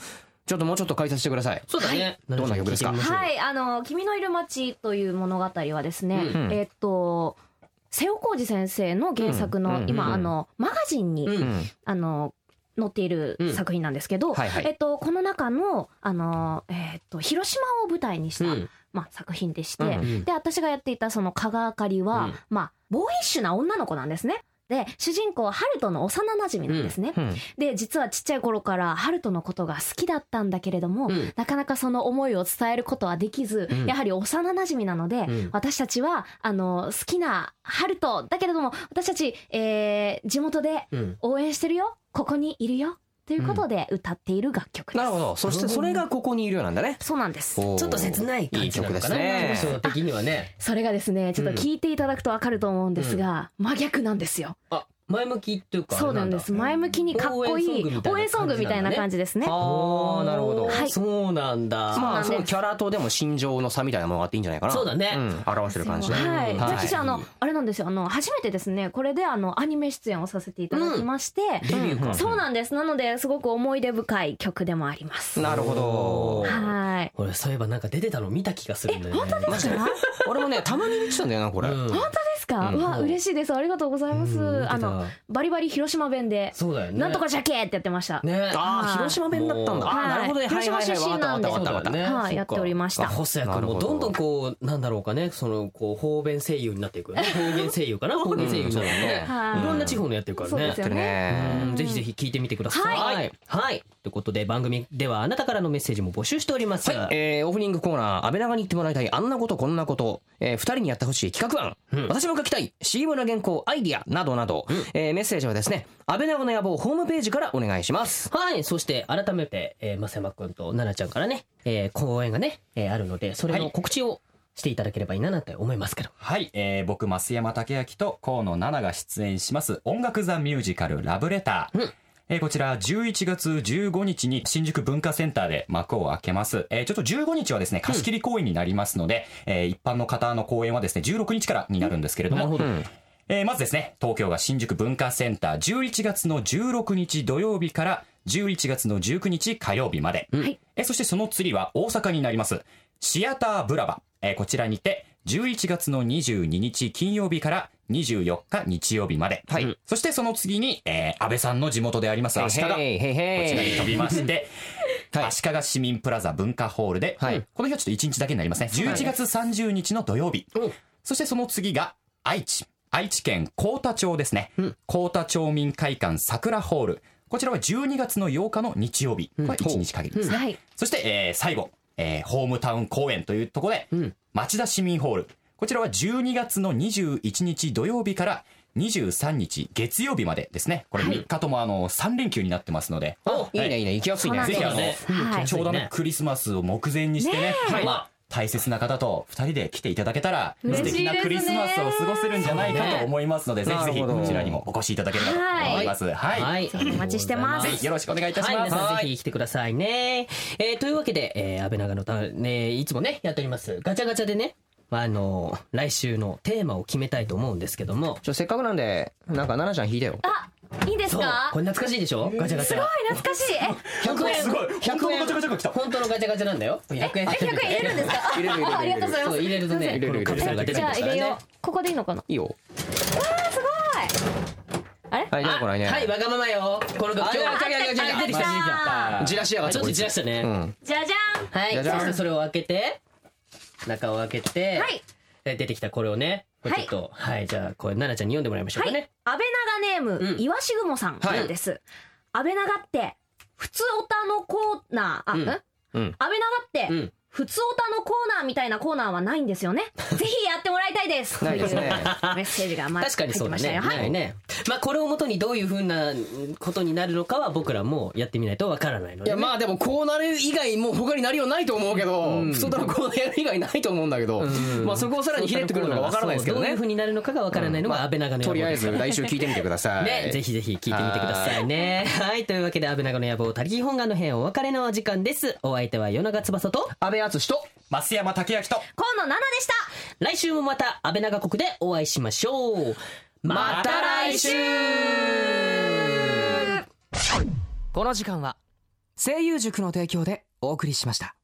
S2: ちょっともうちょっと解説してください。
S1: そうだね、
S2: どんな曲ですか
S1: 聞いてみましょう
S6: はい、あの、君のいる街という物語はですね、
S2: うん
S6: えっと、瀬尾浩二先生の原作
S2: うん
S6: の、
S2: うん
S6: 今、
S2: うん
S6: あの、マガジンに、
S1: うん
S2: うん
S6: あの、載っている
S1: うん
S6: 作品なんですけど、
S2: はいはい
S6: えっと、この中の、あの、えっと、広島を舞台にした、
S1: うん
S6: まあ、作品でして、
S2: うん
S1: うん
S6: で、私がやっていたその加賀あかりは、
S1: うん
S6: まあ、ボーイッシュな女の子なんですね。で、主人公は春人の幼馴染なんですね。
S2: うん
S6: で、実はちっちゃい頃から春人のことが好きだったんだけれども、
S1: うん
S6: なかなかその思いを伝えることはできず、
S1: うん
S6: やはり幼馴染なので、
S1: ん
S6: 私たちは、あの、好きな春人、だけれども、私たち、えー地元で
S1: うん
S6: 応援してるよ、ここにいるよ、ということで歌っている楽曲です。
S2: なるほど。そしてそれがここにいるよなんだね。
S6: そうなんです。
S2: ち
S1: ちょっと切ない
S2: い
S1: 感
S2: い
S1: じな
S2: 曲
S1: の
S2: で
S1: か
S2: す
S1: な
S2: ね。
S1: 印象 的にはね
S6: それがですね、ちょっと聞いていただくとわかると思うんですが、真逆なんですよ。
S1: あ前向きっていうか
S6: そうなんです。
S1: あれ
S6: 前向きにかっこいい、応
S1: 応
S6: 援
S1: 援
S6: ソ
S1: ソン
S6: ング
S1: グみ
S6: みた
S1: た
S6: い
S1: いな
S6: な感
S1: 感
S6: じですね。
S2: あーなるほど
S1: はいそうなんだ、
S2: まあ
S6: そ
S2: そ
S6: うなんです
S2: のキャラとでも心情の差みたいなものがあっていいんじゃないかな
S1: そうだね
S2: ん表してる感じで
S6: はい、
S2: はい
S6: 私あのあれなんですよあの初めてですねこれであのアニメ出演をさせていただきまして、
S2: うん
S6: そうなんですなのですごく思い出深い曲でもあります
S2: なるほど
S6: はい
S1: 俺そういえばなんか出てたの見た気がするんだよ、ね、本当ですか
S2: 俺もねたまに見てたんだよなこれ、
S6: 本当ですか、
S2: う
S6: うんわ嬉しいですありがとうございます、あのバリバリ広島弁で、
S1: そうだよね
S6: なんとかじゃけーってやってました、
S1: ね
S2: あ
S6: は
S2: あ
S6: い
S2: 広島弁だったんだ、
S6: もう
S2: あーなるほどね
S6: はい
S2: はいはいはい
S6: 広島出身なんで
S2: わかったわかったわかっ
S1: ね
S6: はい
S1: そっか
S6: やっておりました
S1: あ細谷君もどんどんこうなんだろうかねそのこう方便声優になってい くよね方言声優かな方言声優になるよね
S6: はい
S1: いろんな地方のやってるから
S6: そう
S1: ね
S6: ですよ
S2: た
S6: ね
S2: ね
S1: うんぜひぜひ聞いてみてください。
S6: はい
S1: はい。はいということで番組ではあなたからのメッセージも募集しております。
S2: はい、えーオープニングコーナー安倍長に言ってもらいたいあんなことこんなこと、えー、2人にやってほしい企画案、
S1: うん
S2: 私も書きたい CM の原稿アイディアなどなど、えーメッセージはですね安倍長の野望ホームページからお願いします
S1: はい。そして、改めて、えー、まさまくんと奈々ちゃんからね、えー、公演がね、えー、あるので、それの告知をしていただければいいななんて思いますけど。
S5: はい、えー、僕増山武明と河野奈々が出演します音楽座ミュージカルラブレター、
S1: うん
S5: えーこちら11月15日に新宿文化センターで幕を開けます、えーちょっと15日はですね貸し切り公演になりますので、えー一般の方の公演はですね16日からになるんですけれども、えーまずですね東京が新宿文化センター11月の16日土曜日から11月の19日火曜日まで、
S6: はい
S5: えーそしてその次は大阪になりますシアターブラバ、えーこちらにて11月の22日金曜日から24日日曜日まで、
S2: はい
S5: そしてその次に、えー安倍さんの地元であります足利こ
S2: へいへいへい
S5: ちらに飛びまして、
S2: はい
S5: 足利市民プラザ文化ホールで、
S2: はい
S5: この日はちょっと1日だけになりますね11月30日の土曜日、
S1: うん
S5: そしてその次が愛知愛知県幸田町ですね、幸田町民会館桜ホールこちらは12月の8日の日曜日これは1日限りですね、
S6: はい
S5: そして、えー最後、えーホームタウン公演というところで、町田市民ホール。こちらは12月の21日土曜日から23日月曜日までですね。これ3日ともあの3連休になってますので、
S2: おいいねいいね行きやすいね
S5: ぜひあ
S1: そうだ
S5: の、
S1: ね
S6: はい
S5: ちょうどね、クリスマスを目前にしてね、
S1: え
S5: まあ、大切な方と2人で来ていただけたら、
S6: 嬉しい
S5: 素
S6: ですね
S5: 敵なクリスマスを過ごせるんじゃないかと思いますので、ぜひぜひ
S2: なるほど
S5: こちらにもお越しいただければと思います。はい。
S1: はい。
S6: お待ちしてます
S5: ぜひよろしくお願いいたし
S1: はい、
S5: ま
S1: 皆
S5: す。
S1: さんぜひ来てくださいね。えーというわけで、えー、安倍長のた、ね、いつもね、やっております。ガチャガチャでね、あのー来週のテーマを決めたいと思うんですけども。
S2: ちょせっかくなんでなんか奈々ちゃん弾いてよ
S6: いいです
S1: そう
S6: か。
S1: これ懐かしいでしょガチャガチャ。
S6: 懐かしいえ
S1: 100円。
S5: すごい本当のガチャガチャが来た
S1: 本当のガチャガチャなんだよ。100円。
S6: え100円入れるんですか
S2: 入れる入れる入れる
S6: あありがとうござい
S1: そ
S6: ま
S1: う
S6: す
S1: 入れるとね、
S2: 入れる入れる
S1: このカプセルが出て
S6: じ
S1: き
S6: ゃあ
S1: ます
S6: 入
S1: から
S6: れよ
S1: ね
S6: う。ここでいいのかない
S2: いよ
S6: あれ
S2: はいじゃあこれね
S1: はい、わがままよ。この楽
S2: あ
S1: 曲。
S2: いやいやいやいやいや
S1: あ出てきた。出てきた
S2: じらしやがって
S1: ちょっとじらしたね。
S2: うん
S6: じゃじゃん
S1: はい。
S2: じ
S1: そ
S2: ゃじゃん
S1: してそれを開けて、中を開けて、
S6: はい
S1: え出てきたこれをね、これちょっと、はい、じゃあ、これ、奈々ちゃんに読んでもらいましょうかね。
S6: 安倍長ネーム、
S1: うん
S6: いわしぐもさんからです、安倍長って普通オタのコーナーあ、
S1: うん
S6: ん安
S1: うん
S6: 倍長って、
S1: うん
S6: 普通オタのコーナーみたいなコーナーはないんで すよねぜひやってもらいたいです
S2: ないですね
S6: メッセージがま
S1: 確かにそうだ
S6: 入って
S1: ね。
S6: ましたよ
S1: は
S6: はいい、
S1: ね。まあ、これをもとにどういうふうなことになるのかは僕らもやってみないとわからないの
S2: い
S1: で
S2: や
S1: ね。
S2: まあでもこうなる以外もう他になりようないと思うけど、
S1: うん
S2: 普通だろこうなる以外ないと思うんだけど、
S1: うん
S2: まあそこをさらにひねってくるのがわからないですけど
S1: そうどうい
S2: ね
S1: うふうになるのかがわからないのが安倍長の野
S2: と
S1: 望
S2: りあ
S1: で
S2: え
S1: すか
S2: ず
S1: ら
S2: 来週聞いてみてください
S1: ね、ぜひぜひ聞いてみてくださいね。はい、というわけで、安倍長の野望、たりき本願の編お別れのお時間です。お相手は、夜長翼と、
S2: 安倍敦と
S5: 増山武明と
S6: 河野奈々でした
S1: 来週もまた安倍長国でお会いしましょう。また来週
S2: この時間は声優塾の提供でお送りしました